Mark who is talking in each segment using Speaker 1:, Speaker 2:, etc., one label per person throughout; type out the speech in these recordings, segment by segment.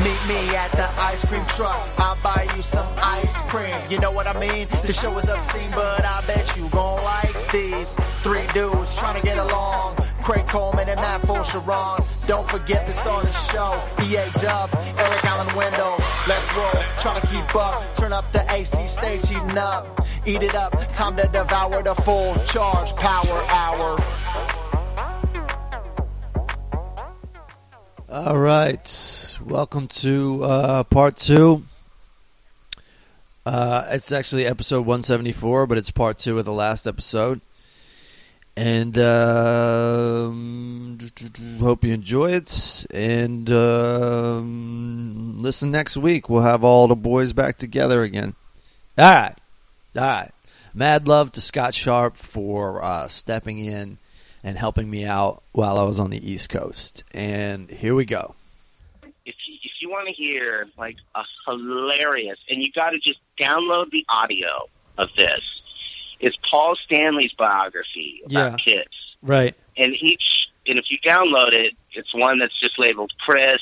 Speaker 1: at the ice cream truck. I'll buy you some ice cream. You know what I mean? The show is obscene, but I bet you gon' like these three dudes trying to get along. Craig Coleman and Matt Full Sharon. Don't forget to start the show. EA Dub, Eric Allen Window. Let's roll, trying to keep up. Turn up the AC stage, eating up. Eat it up, time to devour the full charge power hour.
Speaker 2: All right, welcome to uh, part two. Uh, it's actually episode 174, but it's part two of the last episode. And um, hope you enjoy it. And um, listen next week. We'll have all the boys back together again. All right. All right. Mad love to Scott Sharp for uh, stepping in and helping me out while I was on the East Coast. And here we go.
Speaker 3: if you, if you want to hear like a hilarious, and you got to just download the audio of this. It's Paul Stanley's biography about kids,
Speaker 2: Right.
Speaker 3: and each and if you download it, it's one that's just labeled Chris,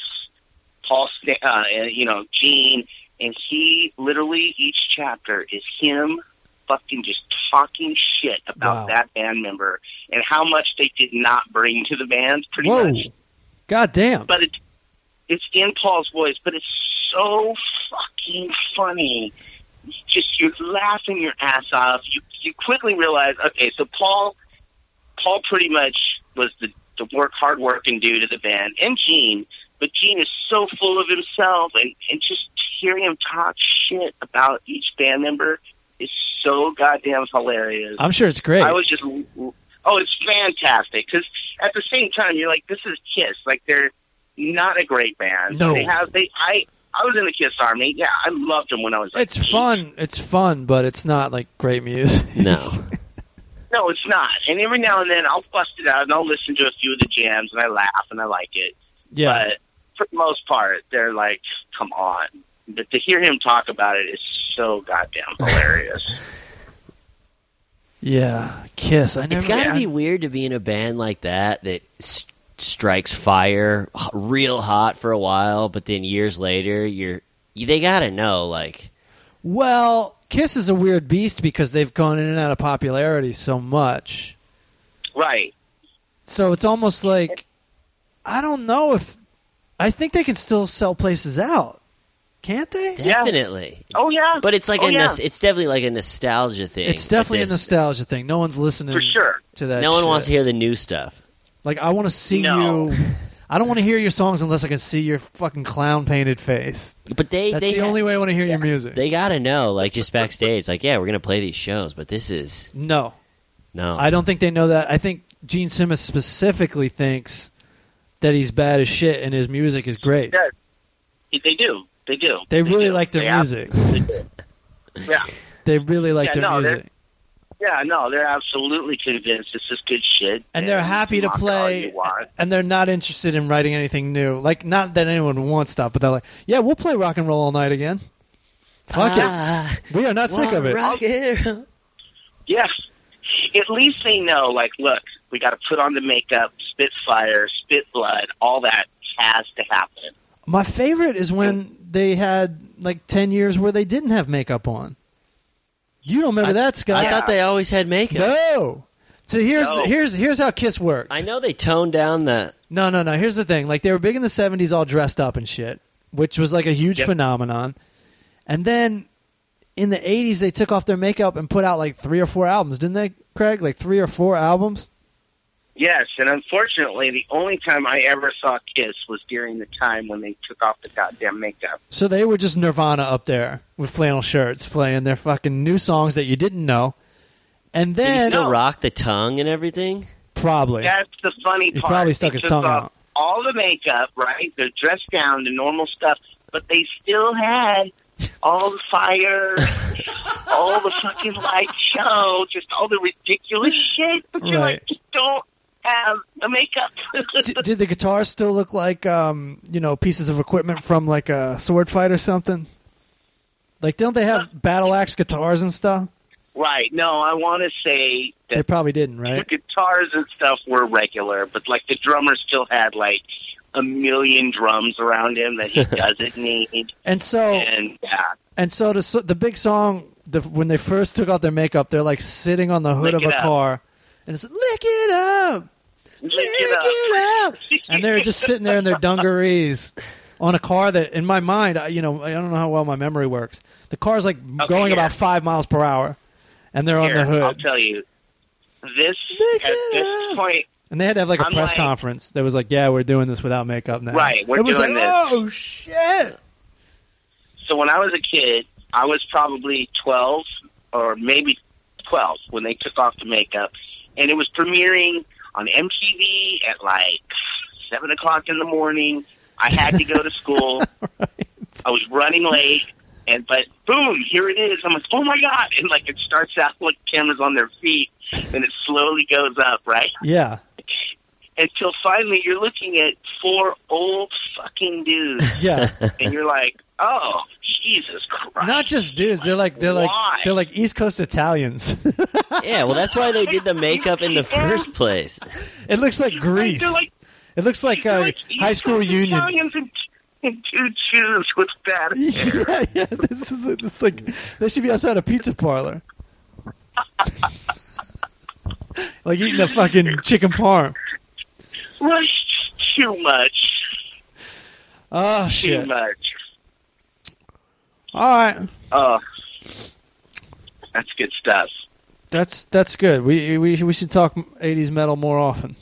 Speaker 3: Paul, Stan, uh, and, you know Gene, and he literally each chapter is him fucking just talking shit about
Speaker 2: Wow.
Speaker 3: that band member and how much they did not bring to the band. Pretty
Speaker 2: Whoa.
Speaker 3: much
Speaker 2: God damn.
Speaker 3: but it's it's in Paul's voice, but it's so fucking funny. It's Just you're laughing your ass off. You you quickly realize, okay, so Paul Paul pretty much was the the work hard working dude of the band, and Gene, but Gene is so full of himself, and and just hearing him talk shit about each band member is so goddamn hilarious.
Speaker 4: I'm sure it's great.
Speaker 3: I was just, oh, it's fantastic because at the same time you're like, this is Kiss. Like they're not a great band.
Speaker 2: No.
Speaker 3: they have they. I I was in the Kiss army. Yeah, I loved them when I was. Like,
Speaker 2: It's fun. It's fun, but it's not like great music.
Speaker 4: no.
Speaker 3: No, it's not. And every now and then I'll bust it out and I'll listen to a few of the jams and I laugh and I like it.
Speaker 2: yeah.
Speaker 3: But for the most part, they're like, come on. But to hear him talk about it is so goddamn hilarious.
Speaker 2: Yeah. Kiss. I never.
Speaker 4: It's got to
Speaker 3: Yeah.
Speaker 4: be weird to be in a band like that that s- strikes fire h- real hot for a while, but then years later, you're you- they got to know like
Speaker 2: Well, Kiss is a weird beast because they've gone in and out of popularity so much.
Speaker 3: right.
Speaker 2: So it's almost like I don't know if I think they can still sell places out. Can't they?
Speaker 3: Yeah.
Speaker 4: definitely.
Speaker 3: Oh yeah.
Speaker 4: But it's like
Speaker 3: oh,
Speaker 4: a
Speaker 3: yeah.
Speaker 4: nos- it's definitely like a nostalgia thing.
Speaker 2: It's definitely a
Speaker 4: Like, there's-
Speaker 2: nostalgia thing. No one's listening
Speaker 3: for sure.
Speaker 2: to that.
Speaker 4: No one wants to
Speaker 2: shit.
Speaker 4: hear the new stuff.
Speaker 2: Like I want to see
Speaker 3: No.
Speaker 2: you. I don't want to hear your songs unless I can see your fucking clown painted face.
Speaker 4: But they
Speaker 2: That's
Speaker 4: they
Speaker 2: the
Speaker 4: ha-
Speaker 2: only way I want to hear your music.
Speaker 4: they got to know like just backstage like yeah, we're going to play these shows, but this is
Speaker 2: no,
Speaker 4: no.
Speaker 2: I don't think they know that. I think Gene Simmons specifically thinks that he's bad as shit and his music is great.
Speaker 3: Yeah. They do. They do.
Speaker 2: They really
Speaker 3: do.
Speaker 2: like their
Speaker 3: They ab-
Speaker 2: music.
Speaker 3: They do. Yeah.
Speaker 2: They really like
Speaker 3: Yeah,
Speaker 2: their
Speaker 3: no, they're-
Speaker 2: music.
Speaker 3: Yeah, no, they're absolutely convinced this is good shit,
Speaker 2: And they're happy to
Speaker 3: knock it all you
Speaker 2: play,
Speaker 3: want.
Speaker 2: and they're not interested in writing anything new. Like, not that anyone wants that, but they're like, "Yeah, we'll play rock and roll all night again. Fuck
Speaker 4: Ah,
Speaker 2: it, we are not sick of it."
Speaker 4: rock it.
Speaker 3: Yes, at least they know. Like, look, we got to put on the makeup, spit fire, spit blood, all that has to happen.
Speaker 2: My favorite is
Speaker 4: Oh.
Speaker 2: when they had like ten years where they didn't have makeup on. You don't remember that, Scott?
Speaker 4: I thought they always had makeup.
Speaker 2: no. So here's
Speaker 3: No.
Speaker 2: here's here's how Kiss worked.
Speaker 4: I know they toned down the
Speaker 2: No, no, no. Here's the thing. Like they were big in the '70s, all dressed up and shit, which was like a huge
Speaker 3: Yep.
Speaker 2: phenomenon. And then in the '80s, they took off their makeup and put out like three or four albums, didn't they, Craig? Like three or four albums.
Speaker 3: Yes, and unfortunately, the only time I ever saw Kiss was during the time when they took off the goddamn makeup.
Speaker 2: So they were just Nirvana up there with flannel shirts, playing their fucking new songs that you didn't know. And
Speaker 4: Did he
Speaker 2: then
Speaker 4: still rock the tongue and everything?
Speaker 2: probably
Speaker 3: That's the funny
Speaker 2: He
Speaker 3: part.
Speaker 2: probably stuck
Speaker 3: They
Speaker 2: his
Speaker 3: took
Speaker 2: tongue
Speaker 3: off
Speaker 2: out.
Speaker 3: All the makeup, right? They're dressed down to normal stuff, but they still had all the fire, all the fucking light show, just all the ridiculous shit. But you're
Speaker 2: Right.
Speaker 3: like, just don't have the makeup.
Speaker 2: D- did the guitars still look like um, you know pieces of equipment from like a sword fight or something? Like, don't they have battle axe guitars and stuff?
Speaker 3: right? No, I want to say
Speaker 2: They
Speaker 3: that
Speaker 2: probably didn't, right?
Speaker 3: the guitars and stuff were regular, but like the drummer still had like a million drums around him that he doesn't need.
Speaker 2: And so
Speaker 3: And yeah,
Speaker 2: and so the so- the big song the, when they first took out their makeup, they're like sitting on the hood of
Speaker 3: Lick it
Speaker 2: a
Speaker 3: up.
Speaker 2: car, and it's lick it up, lick
Speaker 3: Lick it up.
Speaker 2: it up, and they're just sitting there in their dungarees on a car that, in my mind, I, you know, I don't know how well my memory works. The car's like going
Speaker 3: here.
Speaker 2: about five miles per hour, and they're
Speaker 3: Here,
Speaker 2: on the
Speaker 3: I'll
Speaker 2: hood,
Speaker 3: tell you, this
Speaker 2: Lick
Speaker 3: at
Speaker 2: it
Speaker 3: this
Speaker 2: up.
Speaker 3: point,
Speaker 2: and they had to have like a
Speaker 3: I'm
Speaker 2: press
Speaker 3: like-
Speaker 2: conference that was like, "Yeah, we're doing this without makeup now."
Speaker 3: Right, we're
Speaker 2: it was
Speaker 3: doing
Speaker 2: like,
Speaker 3: this.
Speaker 2: Oh shit!
Speaker 3: so when I was a kid, I was probably 12 or maybe 12 when they took off the makeup. And it was premiering on MTV at like 7 o'clock in the morning. I had to go to school. I was running late. And but boom, here it is. I'm like, oh my god! And like it starts out with cameras on their feet, and it slowly goes up, right?
Speaker 2: Yeah,
Speaker 3: Until finally, you're looking at four old fucking dudes
Speaker 2: yeah.
Speaker 3: and you're like, oh, Jesus Christ!
Speaker 2: Not just dudes. They're like they're like
Speaker 3: Why?
Speaker 2: they're like East Coast Italians.
Speaker 4: Yeah, well, that's why they did the makeup in the first place.
Speaker 2: It looks like Greece.
Speaker 3: They're like-
Speaker 2: it looks like
Speaker 3: They're
Speaker 2: a
Speaker 3: like
Speaker 2: high school
Speaker 3: East Coast
Speaker 2: reunion.
Speaker 3: Italians and, and two Jews with that.
Speaker 2: yeah, yeah. This is this is like they should be outside a pizza parlor, like eating a fucking chicken parm.
Speaker 3: Right? Too much.
Speaker 2: Oh
Speaker 3: Too
Speaker 2: shit!
Speaker 3: much.
Speaker 2: All right,
Speaker 3: Oh, that's good stuff.
Speaker 2: that's that's good. We we we should talk '80s metal more often.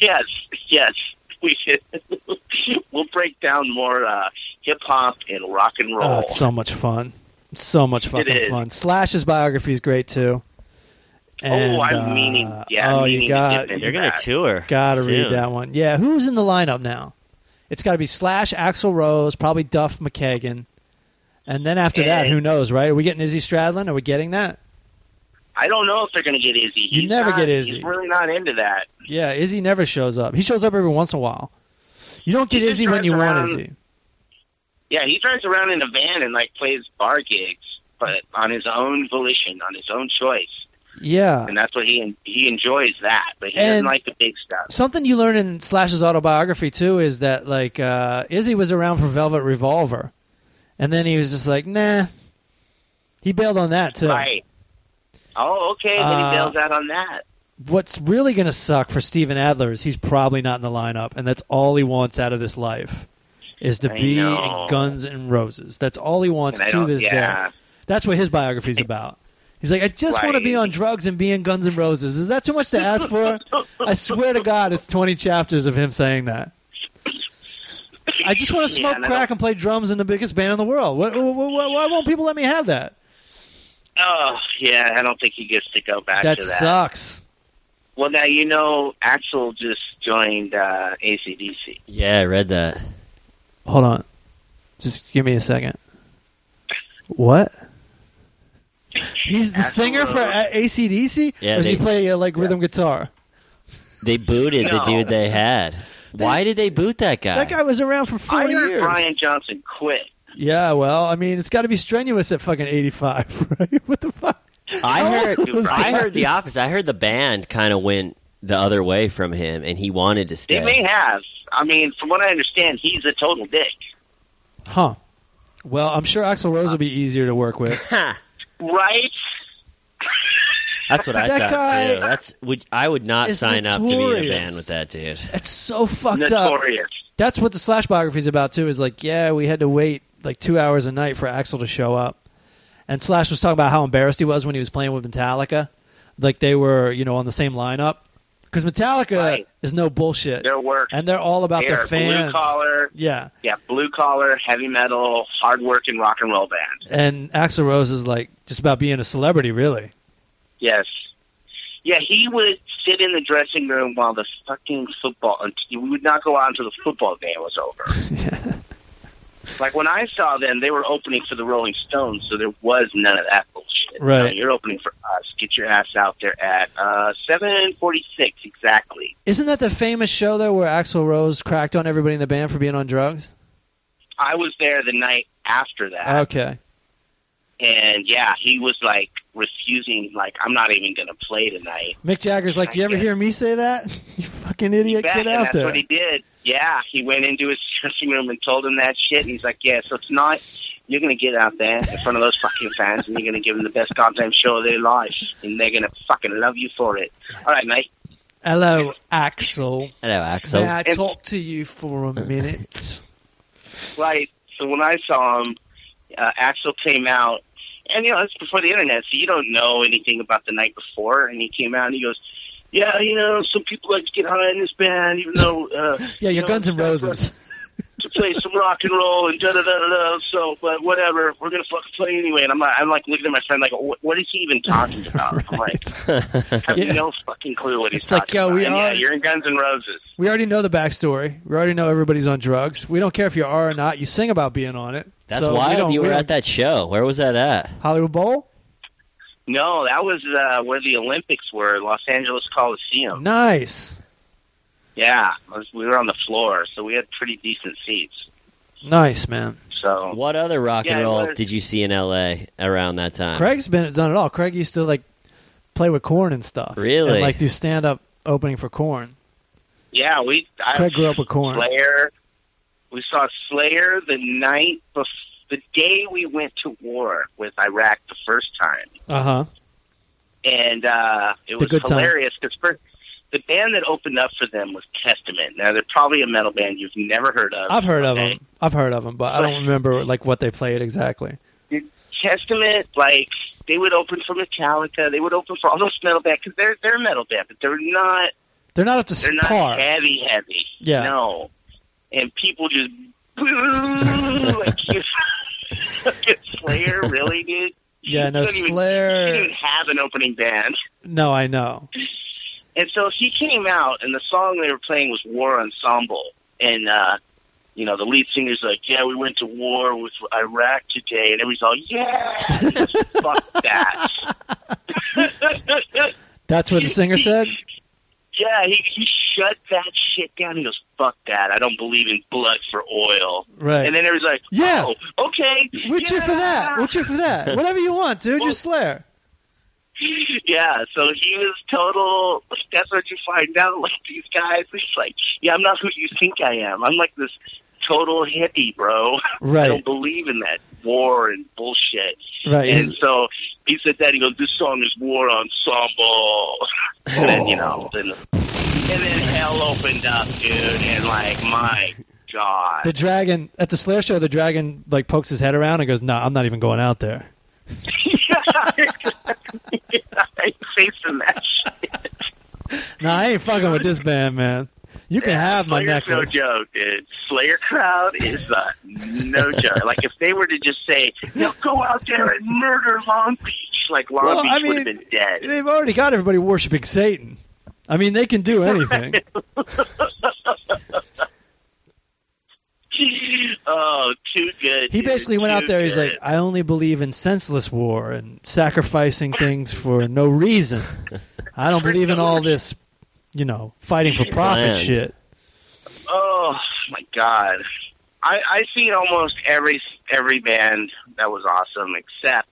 Speaker 3: yes, yes. We should. we'll break down more uh, hip hop and rock and roll.
Speaker 2: Oh, it's so much fun. It's so much fucking
Speaker 3: is.
Speaker 2: fun. Slash's biography is great too. And,
Speaker 3: Oh, I'm meaning-
Speaker 2: uh,
Speaker 3: yeah, I'm
Speaker 2: oh,
Speaker 3: meaning
Speaker 2: you
Speaker 3: to
Speaker 2: got
Speaker 3: dip in.
Speaker 4: They're going to tour.
Speaker 2: Got to
Speaker 4: soon.
Speaker 2: read that one. Yeah, who's in the lineup now? It's got to be Slash, Axel Rose, probably Duff McKagan, and then after that,
Speaker 3: And-
Speaker 2: who knows? Right? Are we getting Izzy Stradlin? Are we getting that?
Speaker 3: I don't know if they're going to get Izzy.
Speaker 2: You
Speaker 3: He's
Speaker 2: never
Speaker 3: not-
Speaker 2: get Izzy.
Speaker 3: He's really not into that.
Speaker 2: Yeah, Izzy never shows up. He shows up every once in a while. You don't get
Speaker 3: He just
Speaker 2: Izzy when
Speaker 3: drives
Speaker 2: you
Speaker 3: around-
Speaker 2: want Izzy.
Speaker 3: Yeah, he drives around in a van and like plays bar gigs, but on his own volition, on his own choice,
Speaker 2: Yeah,
Speaker 3: and that's what he he enjoys that. But he
Speaker 2: And-
Speaker 3: doesn't like the big stuff.
Speaker 2: something you learn in Slash's autobiography too is that like uh, Izzy was around for Velvet Revolver, and then he was just like, nah. He bailed on that too.
Speaker 3: Right? Oh, okay. then
Speaker 2: Uh,
Speaker 3: he bails out on that.
Speaker 2: what's really going to suck for Steven Adler is he's probably not in the lineup, and that's all he wants out of this life is to
Speaker 3: I
Speaker 2: be
Speaker 3: know.
Speaker 2: in Guns and Roses. That's all he wants
Speaker 3: And I
Speaker 2: to
Speaker 3: don't-
Speaker 2: this
Speaker 3: yeah.
Speaker 2: day. That's what his biography's about. He's like, I just want to
Speaker 3: Right.
Speaker 2: be on drugs and be in Guns and Roses. Is that too much to ask for? I swear to God, it's twenty chapters of him saying that. I just want to
Speaker 3: Yeah,
Speaker 2: smoke
Speaker 3: and I
Speaker 2: crack and play drums in the biggest band in the world. What, wh wh- why won't people let me have that?
Speaker 3: Oh, yeah. I don't think he gets to go back
Speaker 2: That
Speaker 3: to that.
Speaker 2: sucks.
Speaker 3: Well, now you know Axel just joined uh, ACDC.
Speaker 4: Yeah, I read that.
Speaker 2: Hold on. Just give me a second. What? He's the
Speaker 3: Axl
Speaker 2: singer for
Speaker 3: Rose.
Speaker 2: A- ACDC?
Speaker 4: Yeah,
Speaker 2: or does he
Speaker 4: they-
Speaker 2: play uh, like rhythm guitar?
Speaker 4: They booted the
Speaker 3: No.
Speaker 4: dude they had. Why did they boot that guy?
Speaker 2: That guy was around for
Speaker 3: I
Speaker 2: 40
Speaker 3: heard
Speaker 2: years.
Speaker 3: Brian Johnson quit.
Speaker 2: Yeah, well, I mean, it's got to be strenuous at fucking 85, right? What the fuck?
Speaker 4: I heard.
Speaker 3: was
Speaker 4: I heard the
Speaker 2: guys?
Speaker 4: opposite. I heard the band kind of went the other way from him, and he wanted to
Speaker 3: They
Speaker 4: stay.
Speaker 3: may have. I mean, from what I understand, he's a total dick.
Speaker 2: Huh. Well, I'm sure Axl Rose will be easier to work with.
Speaker 4: Ha!
Speaker 3: Right?
Speaker 4: That's what I
Speaker 2: That
Speaker 4: thought
Speaker 2: guy-
Speaker 4: too. That's would I would not
Speaker 2: is
Speaker 4: sign up to be in a
Speaker 2: notorious.
Speaker 4: band with that dude.
Speaker 2: It's so fucked up.
Speaker 3: Notorious.
Speaker 2: That's what the slash biography is about too. Is like, yeah, we had to wait like two hours a night for Axel to show up, and Slash was talking about how embarrassed he was when he was playing with Metallica, like they were, you know, on the same lineup. Because Metallica
Speaker 3: Right.
Speaker 2: is no bullshit,
Speaker 3: Their work.
Speaker 2: and they're all about
Speaker 3: They
Speaker 2: their
Speaker 3: are
Speaker 2: fans.
Speaker 3: Blue collar,
Speaker 2: Yeah,
Speaker 3: yeah, blue collar, heavy metal, hard working rock and roll band.
Speaker 2: and Axl Rose is like just about being a celebrity, really.
Speaker 3: Yes. Yeah, he would sit in the dressing room while the fucking football. We would not go out until the football game was over. Like when I saw them, they were opening for the Rolling Stones, so there was none of that bullshit. You know,
Speaker 2: Right.
Speaker 3: you're opening for us. Get your ass out there at uh, seven forty-six exactly.
Speaker 2: Isn't that the famous show though where Axl Rose cracked on everybody in the band for being on drugs? Oh,
Speaker 3: I was there the night after that.
Speaker 2: Okay,
Speaker 3: and yeah, he was like refusing, like, I'm not even going to play tonight.
Speaker 2: Mick Jagger's like, "Do you ever hear me say that? you fucking idiot,
Speaker 3: back,
Speaker 2: get
Speaker 3: and
Speaker 2: out
Speaker 3: that's
Speaker 2: there."
Speaker 3: what he did. Yeah, he went into his dressing room and told him that shit. And he's like, "Yeah, so tonight you're going to get out there in front of those fucking fans, and you're going to give them the best goddamn show of their life, and they're going to fucking love you for it." All right, mate.
Speaker 2: Hello, Axel.
Speaker 4: Hello, Axel.
Speaker 2: May I talk to you for a minute?
Speaker 3: Right. So when I saw him, uh, Axel came out, and you know it's before the internet, so you don't know anything about the night before. And he came out and he goes, "Yeah, you know, some people like to get high in this band, even though uh,
Speaker 2: yeah,
Speaker 3: you
Speaker 2: your
Speaker 3: know,
Speaker 2: Guns N'
Speaker 3: it's not
Speaker 2: Roses.
Speaker 3: to play some rock and roll and da da da da da. So, but whatever, we're gonna fucking play anyway. And I'm like, I'm like looking at my friend, like, what, what is he even talking about? I'm like, I have
Speaker 2: Yeah.
Speaker 3: no fucking clue what he's
Speaker 2: It's like,
Speaker 3: talking
Speaker 2: yo,
Speaker 3: about.
Speaker 2: we
Speaker 3: And yeah,
Speaker 2: are-
Speaker 3: you're in Guns N' Roses.
Speaker 2: We already know the backstory. We already know everybody's on drugs. We don't care if you are or not. You sing about being on it.
Speaker 4: That's
Speaker 2: So we
Speaker 4: wild.
Speaker 2: don't-
Speaker 4: You
Speaker 2: we
Speaker 4: were
Speaker 2: don't-
Speaker 4: at that show. Where was that at?
Speaker 2: Hollywood Bowl.
Speaker 3: No, that was uh, where the Olympics were, Los Angeles Coliseum.
Speaker 2: Nice,
Speaker 3: Yeah, I was- we were on the floor, so we had pretty decent seats.
Speaker 2: nice man.
Speaker 3: So
Speaker 4: What other rock
Speaker 3: Yeah,
Speaker 4: and
Speaker 3: it
Speaker 4: roll
Speaker 3: was-
Speaker 4: did you see in L.A. around that time?
Speaker 2: Craig's been done it all. Craig used to like play with Corn and stuff.
Speaker 4: Really?
Speaker 2: and, like do stand up opening for Corn.
Speaker 3: yeah, we I
Speaker 2: Craig grew up with Corn.
Speaker 3: Slayer. We saw Slayer the night bef- the day we went to war with Iraq the first time.
Speaker 2: Uh huh.
Speaker 3: and uh, it was
Speaker 2: good time.
Speaker 3: hilarious because the band that opened up for them was Testament. Now they're probably a metal band you've never heard of.
Speaker 2: I've heard of
Speaker 3: okay?
Speaker 2: him. I've heard of him, but I don't remember like what they played exactly.
Speaker 3: Testament, like they would open for Metallica, they would open for all those metal bands because they're they're a metal band, but they're not
Speaker 2: They're not up to
Speaker 3: they're not
Speaker 2: par.
Speaker 3: heavy heavy.
Speaker 2: Yeah.
Speaker 3: no, and people just boo like you. Slayer, really, dude?
Speaker 2: Yeah, no,
Speaker 3: You couldn't even-
Speaker 2: Slayer-
Speaker 3: You didn't have an opening band.
Speaker 2: No, I know.
Speaker 3: And so he came out, and the song they were playing was War Ensemble. And, uh, you know, the lead singer's like, Yeah, we went to war with Iraq today. And everybody's all, Yeah! He goes, Fuck that.
Speaker 2: That's what the singer said.
Speaker 3: yeah, he, he shut that shit down. He goes, Fuck that. I don't believe in blood for oil.
Speaker 2: Right.
Speaker 3: And then everybody's like,
Speaker 2: Yeah.
Speaker 3: Oh, okay.
Speaker 2: We'll cheer for that.
Speaker 3: yeah."
Speaker 2: We'll cheer for that. Whatever you want, dude. Just Slayer.
Speaker 3: Yeah, so he was total. Like, that's what you find out. Like these guys, it's like, yeah, I'm not who you think I am. I'm like this total hippie, bro. I
Speaker 2: Right.
Speaker 3: don't believe in that war and bullshit.
Speaker 2: Right.
Speaker 3: And so he said that. He goes, "This song is war ensemble," and then you know,
Speaker 2: Oh.
Speaker 3: then, and then hell opened up, dude, and like my god,
Speaker 2: The dragon at the Slayer show, the dragon like pokes his head around and goes, "No, I'm not even going out there."
Speaker 3: I'm facing that shit.
Speaker 2: No, I ain't fucking with this band, man. You can have my
Speaker 3: Slayer's
Speaker 2: necklace.
Speaker 3: No joke, dude. Slayer crowd is uh, no joke. Like if they were to just say, "Now go out there and murder Long Beach," like Long
Speaker 2: Well,
Speaker 3: Beach
Speaker 2: I
Speaker 3: would have
Speaker 2: mean,
Speaker 3: been dead.
Speaker 2: They've already got everybody worshiping Satan. I mean, they can do anything.
Speaker 3: oh, too good.
Speaker 2: He
Speaker 3: dude,
Speaker 2: basically went
Speaker 3: too
Speaker 2: out there. He's
Speaker 3: good.
Speaker 2: like, "I only believe in senseless war and sacrificing things for no reason. I don't believe in all this, you know, fighting for profit
Speaker 4: Bland.
Speaker 2: shit."
Speaker 3: "Oh my god." I I seen almost every every band that was awesome, except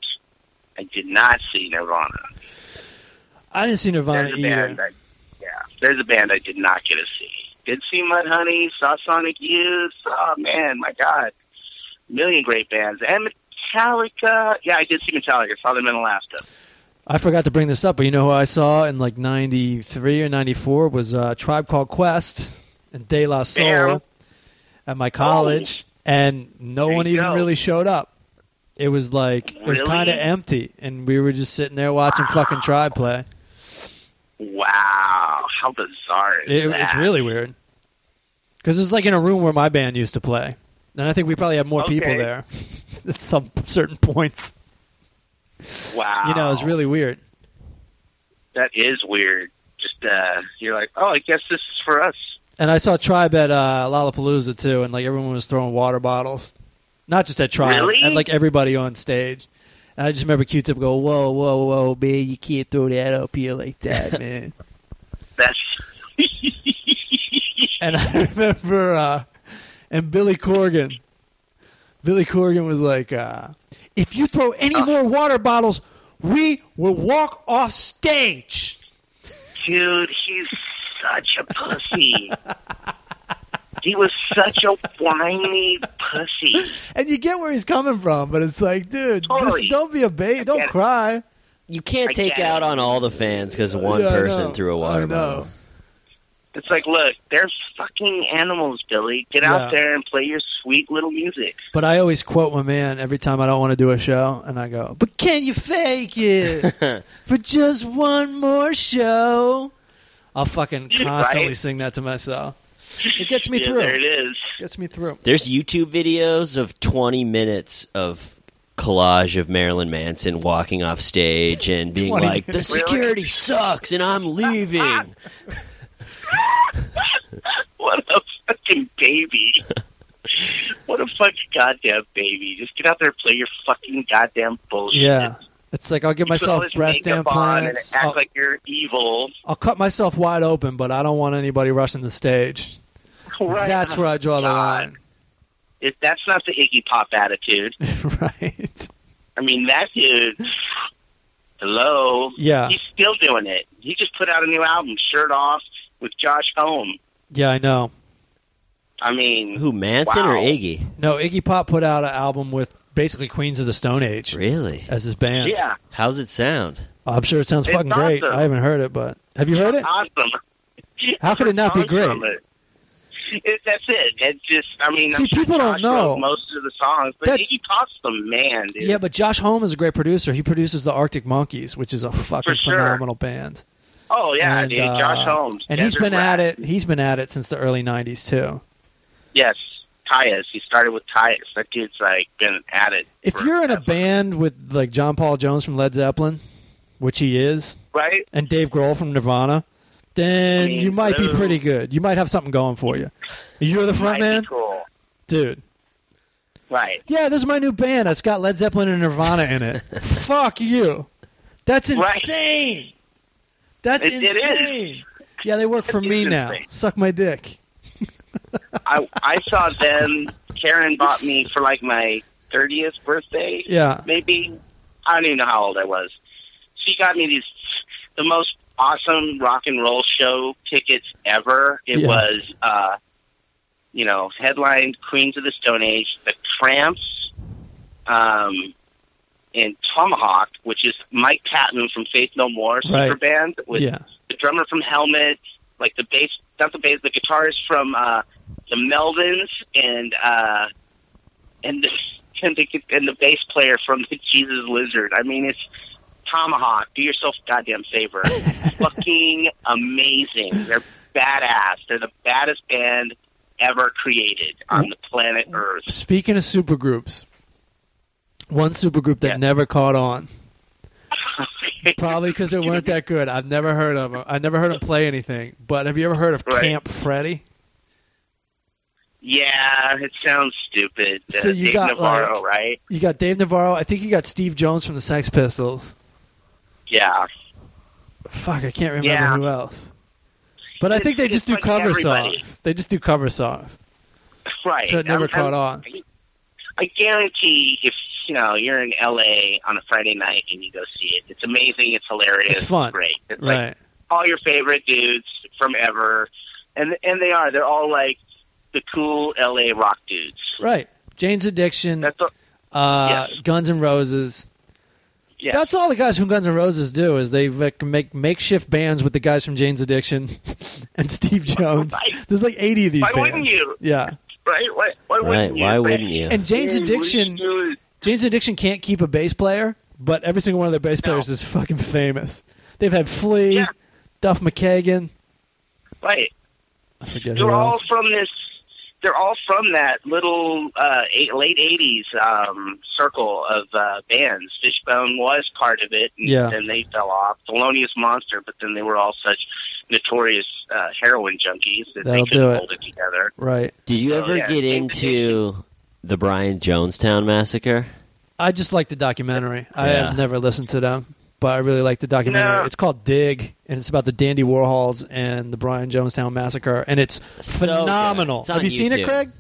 Speaker 3: I did not see Nirvana.
Speaker 2: I didn't see Nirvana
Speaker 3: There's
Speaker 2: Uh,
Speaker 3: a
Speaker 2: either.
Speaker 3: band that, yeah, there's a band I did not get to see. Did see Mud Honey, saw Sonic Youth. Oh man, my God, million great bands and Metallica. Yeah, I did see Metallica. Saw them in Alaska.
Speaker 2: I forgot to bring this up, but you know who I saw in like '93 or '94 was uh, Tribe Called Quest and De La Soul
Speaker 3: Damn.
Speaker 2: at my college, and no
Speaker 3: There
Speaker 2: one
Speaker 3: you
Speaker 2: even
Speaker 3: go.
Speaker 2: really showed up. It was like it was
Speaker 3: Really?
Speaker 2: kind of empty, and we were just sitting there watching fucking Tribe play.
Speaker 3: Wow, how bizarre is
Speaker 2: It,
Speaker 3: that?
Speaker 2: it's really weird because it's like in a room where my band used to play, and I think we probably had more people
Speaker 3: Okay.
Speaker 2: there at some certain points.
Speaker 3: wow.
Speaker 2: You know, it's really weird.
Speaker 3: that is weird. Just uh, you're like, oh, I guess this is for us.
Speaker 2: And I saw Tribe at uh, Lollapalooza too, and like everyone was throwing water bottles, not just at Tribe,
Speaker 3: Really?
Speaker 2: at like everybody on stage. And I just remember Q-Tip go, "Whoa, whoa, whoa, man! You can't throw that up here like that, man."
Speaker 3: That's
Speaker 2: and I remember, uh, and Billy Corgan,
Speaker 3: Uh.
Speaker 2: Billy Corgan was like, uh, "If you throw any more water bottles,
Speaker 5: we will walk off stage.
Speaker 3: Dude, he's such a pussy. he was such a whiny pussy.
Speaker 2: And you get where he's coming from, but it's like, dude,
Speaker 3: Totally.
Speaker 2: this, don't be a babe. Don't
Speaker 3: get it.
Speaker 2: cry.
Speaker 4: You can't
Speaker 3: I
Speaker 4: take
Speaker 3: get
Speaker 4: out
Speaker 3: it.
Speaker 4: on all the fans because one
Speaker 2: Yeah, I know.
Speaker 4: person threw a
Speaker 2: I
Speaker 4: water
Speaker 2: know.
Speaker 4: bottle.
Speaker 3: It's like, look, they're fucking animals, Billy. Get out
Speaker 2: Yeah.
Speaker 3: there and play your sweet little music.
Speaker 2: But I always quote my man every time I don't want to do a show, and I go, "But can you fake it for just one more show?" I'll fucking
Speaker 3: Yeah,
Speaker 2: constantly
Speaker 3: right.
Speaker 2: sing that to myself. It gets me
Speaker 3: yeah,
Speaker 2: through.
Speaker 3: There it is.
Speaker 2: Gets me through.
Speaker 4: There's YouTube videos of 20 minutes of collage of Marilyn Manson walking off stage and being
Speaker 2: 20
Speaker 4: like, "The
Speaker 2: minutes.
Speaker 4: security sucks and I'm leaving."
Speaker 3: What a fucking baby. what a fucking goddamn baby. Just get out there and play your fucking goddamn bullshit.
Speaker 2: Yeah, it's like I'll give
Speaker 3: You put all
Speaker 2: myself
Speaker 3: this
Speaker 2: breast
Speaker 3: makeup on and
Speaker 2: implants. Oh.
Speaker 3: act
Speaker 2: I'll,
Speaker 3: like you're evil.
Speaker 2: I'll cut myself wide open, but I don't want anybody rushing the stage.
Speaker 3: Right.
Speaker 2: That's where I draw the
Speaker 3: God.
Speaker 2: line.
Speaker 3: It, that's not the Iggy Pop attitude.
Speaker 2: right?
Speaker 3: I mean, that dude. Hello.
Speaker 2: Yeah.
Speaker 3: He's still doing it. He just put out a new album, Shirt Off, with Josh Home.
Speaker 2: Yeah, I know.
Speaker 3: I mean,
Speaker 4: Who Manson or
Speaker 3: Wow.
Speaker 4: Iggy?
Speaker 2: No, Iggy Pop put out an album with basically Queens of the Stone Age
Speaker 4: Really?
Speaker 2: as his band.
Speaker 3: yeah,
Speaker 4: How's it sound?
Speaker 2: Oh, I'm sure it sounds
Speaker 3: It's
Speaker 2: fucking great.
Speaker 3: awesome.
Speaker 2: I haven't heard it, but have you heard it?
Speaker 3: awesome.
Speaker 2: How could it not be great?
Speaker 3: From It. It- that's it. It's just, I mean,
Speaker 2: See,
Speaker 3: I'm sure
Speaker 2: people don't
Speaker 3: Josh wrote
Speaker 2: know.
Speaker 3: most of the songs, but
Speaker 2: That-
Speaker 3: Iggy Pop's the man, dude.
Speaker 2: Yeah, but Josh Holm is a great producer. He produces the Arctic Monkeys, which is a fucking
Speaker 3: For sure.
Speaker 2: phenomenal band.
Speaker 3: oh yeah,
Speaker 2: and,
Speaker 3: dude,
Speaker 2: uh,
Speaker 3: Josh Holmes,
Speaker 2: And he's
Speaker 3: Desert
Speaker 2: been
Speaker 3: Rat.
Speaker 2: at it. He's been at it since the early '90s too.
Speaker 3: Yes, Tyus. He started with Tyus. That dude's like been at it.
Speaker 2: If
Speaker 3: for-
Speaker 2: you're in a band with like John Paul Jones from Led Zeppelin, which he is,
Speaker 3: right?
Speaker 2: and Dave Grohl from Nirvana, then
Speaker 3: I mean,
Speaker 2: you might be
Speaker 3: those-
Speaker 2: pretty good. You might have something going for you. You're the
Speaker 3: Might
Speaker 2: front
Speaker 3: be
Speaker 2: man,
Speaker 3: cool.
Speaker 2: dude.
Speaker 3: Right.
Speaker 2: Yeah, this is my new band. It's got Led Zeppelin and Nirvana in it. Fuck you. That's
Speaker 3: Right.
Speaker 2: insane. That's
Speaker 3: It- it is.
Speaker 2: insane. Yeah, they work for
Speaker 3: It
Speaker 2: me
Speaker 3: is
Speaker 2: now.
Speaker 3: insane.
Speaker 2: Suck my dick.
Speaker 3: I I saw them. Karen bought me for like my thirtieth birthday.
Speaker 2: Yeah.
Speaker 3: maybe I don't even know how old I was. She got me these the most awesome rock and roll show tickets ever. It
Speaker 2: Yeah.
Speaker 3: was uh you know, headlined Queens of the Stone Age, the Cramps, um and Tomahawk, which is Mike Patton from Faith No More super
Speaker 2: Right.
Speaker 3: band with
Speaker 2: yeah.
Speaker 3: the drummer from Helmet, like the bass not the bass, the guitarist from uh the Melvins and uh and the and the, and the bass player from the Jesus Lizard. I mean, it's Tomahawk. Do yourself a goddamn favor. Fucking amazing. They're badass. They're the baddest band ever created on the planet Earth.
Speaker 2: Speaking of supergroups, one supergroup that
Speaker 3: Yeah.
Speaker 2: never caught on, probably because they weren't that good. I've never heard of them. I never heard them play anything. But have you ever heard of
Speaker 3: Right.
Speaker 2: Camp Freddy?
Speaker 3: yeah, it sounds stupid.
Speaker 2: So
Speaker 3: uh,
Speaker 2: you
Speaker 3: Dave
Speaker 2: got,
Speaker 3: Navarro, right?
Speaker 2: You got Dave Navarro. I think you got Steve Jones from the Sex Pistols.
Speaker 3: Yeah.
Speaker 2: Fuck, I can't remember
Speaker 3: Yeah.
Speaker 2: who else. But I
Speaker 3: It's-
Speaker 2: think they
Speaker 3: it's
Speaker 2: just do
Speaker 3: like
Speaker 2: cover
Speaker 3: everybody.
Speaker 2: songs. They just do cover songs.
Speaker 3: Right.
Speaker 2: So it never
Speaker 3: I'm-
Speaker 2: caught
Speaker 3: I'm-
Speaker 2: on.
Speaker 3: I guarantee if you know you're in LA on a Friday night and you go see it, it's amazing, it's hilarious,
Speaker 2: It's fun.
Speaker 3: great. It's like
Speaker 2: right.
Speaker 3: all your favorite dudes from ever, and and they are. They're all like the cool LA rock dudes.
Speaker 2: Right. Jane's Addiction,
Speaker 3: That's all,
Speaker 2: uh,
Speaker 3: yes.
Speaker 2: Guns N' Roses.
Speaker 3: yeah.
Speaker 2: That's all the guys from Guns N' Roses do is they like, make makeshift bands with the guys from Jane's Addiction and Steve Jones.
Speaker 3: Right.
Speaker 2: There's like 80 of these
Speaker 3: Why
Speaker 2: bands.
Speaker 3: wouldn't you?
Speaker 2: Yeah.
Speaker 3: right. Why, why
Speaker 4: Right?
Speaker 3: wouldn't you?
Speaker 4: Why wouldn't you?
Speaker 2: And Jane's
Speaker 3: Hey, what are you
Speaker 2: Addiction,
Speaker 3: doing?
Speaker 2: Jane's Addiction can't keep a bass player, but every single one of their bass players is fucking famous. They've had Flea,
Speaker 3: Yeah.
Speaker 2: Duff McKagan,
Speaker 3: Right.
Speaker 2: I forget who
Speaker 3: They're all
Speaker 2: else.
Speaker 3: from this. They're all from that little uh, eight, late '80s um, circle of uh, bands. Fishbone was part of it, and
Speaker 2: Yeah.
Speaker 3: then they fell off. Thelonious Monster, but then they were all such notorious uh, heroin junkies that
Speaker 2: That'll
Speaker 3: they couldn't
Speaker 2: do it.
Speaker 3: hold it together.
Speaker 2: Right.
Speaker 4: Did you
Speaker 3: Oh,
Speaker 4: ever
Speaker 3: yeah.
Speaker 4: get into the Brian Jonestown massacre?
Speaker 2: I just like the documentary. I
Speaker 4: Yeah.
Speaker 2: have never listened to them, but I really like the documentary.
Speaker 3: No.
Speaker 2: It's called Dig, and it's about the Dandy Warhols and the Brian Jonestown massacre, and it's
Speaker 4: So good.
Speaker 2: phenomenal.
Speaker 4: It's on
Speaker 2: have you seen it,
Speaker 4: YouTube.
Speaker 2: Craig?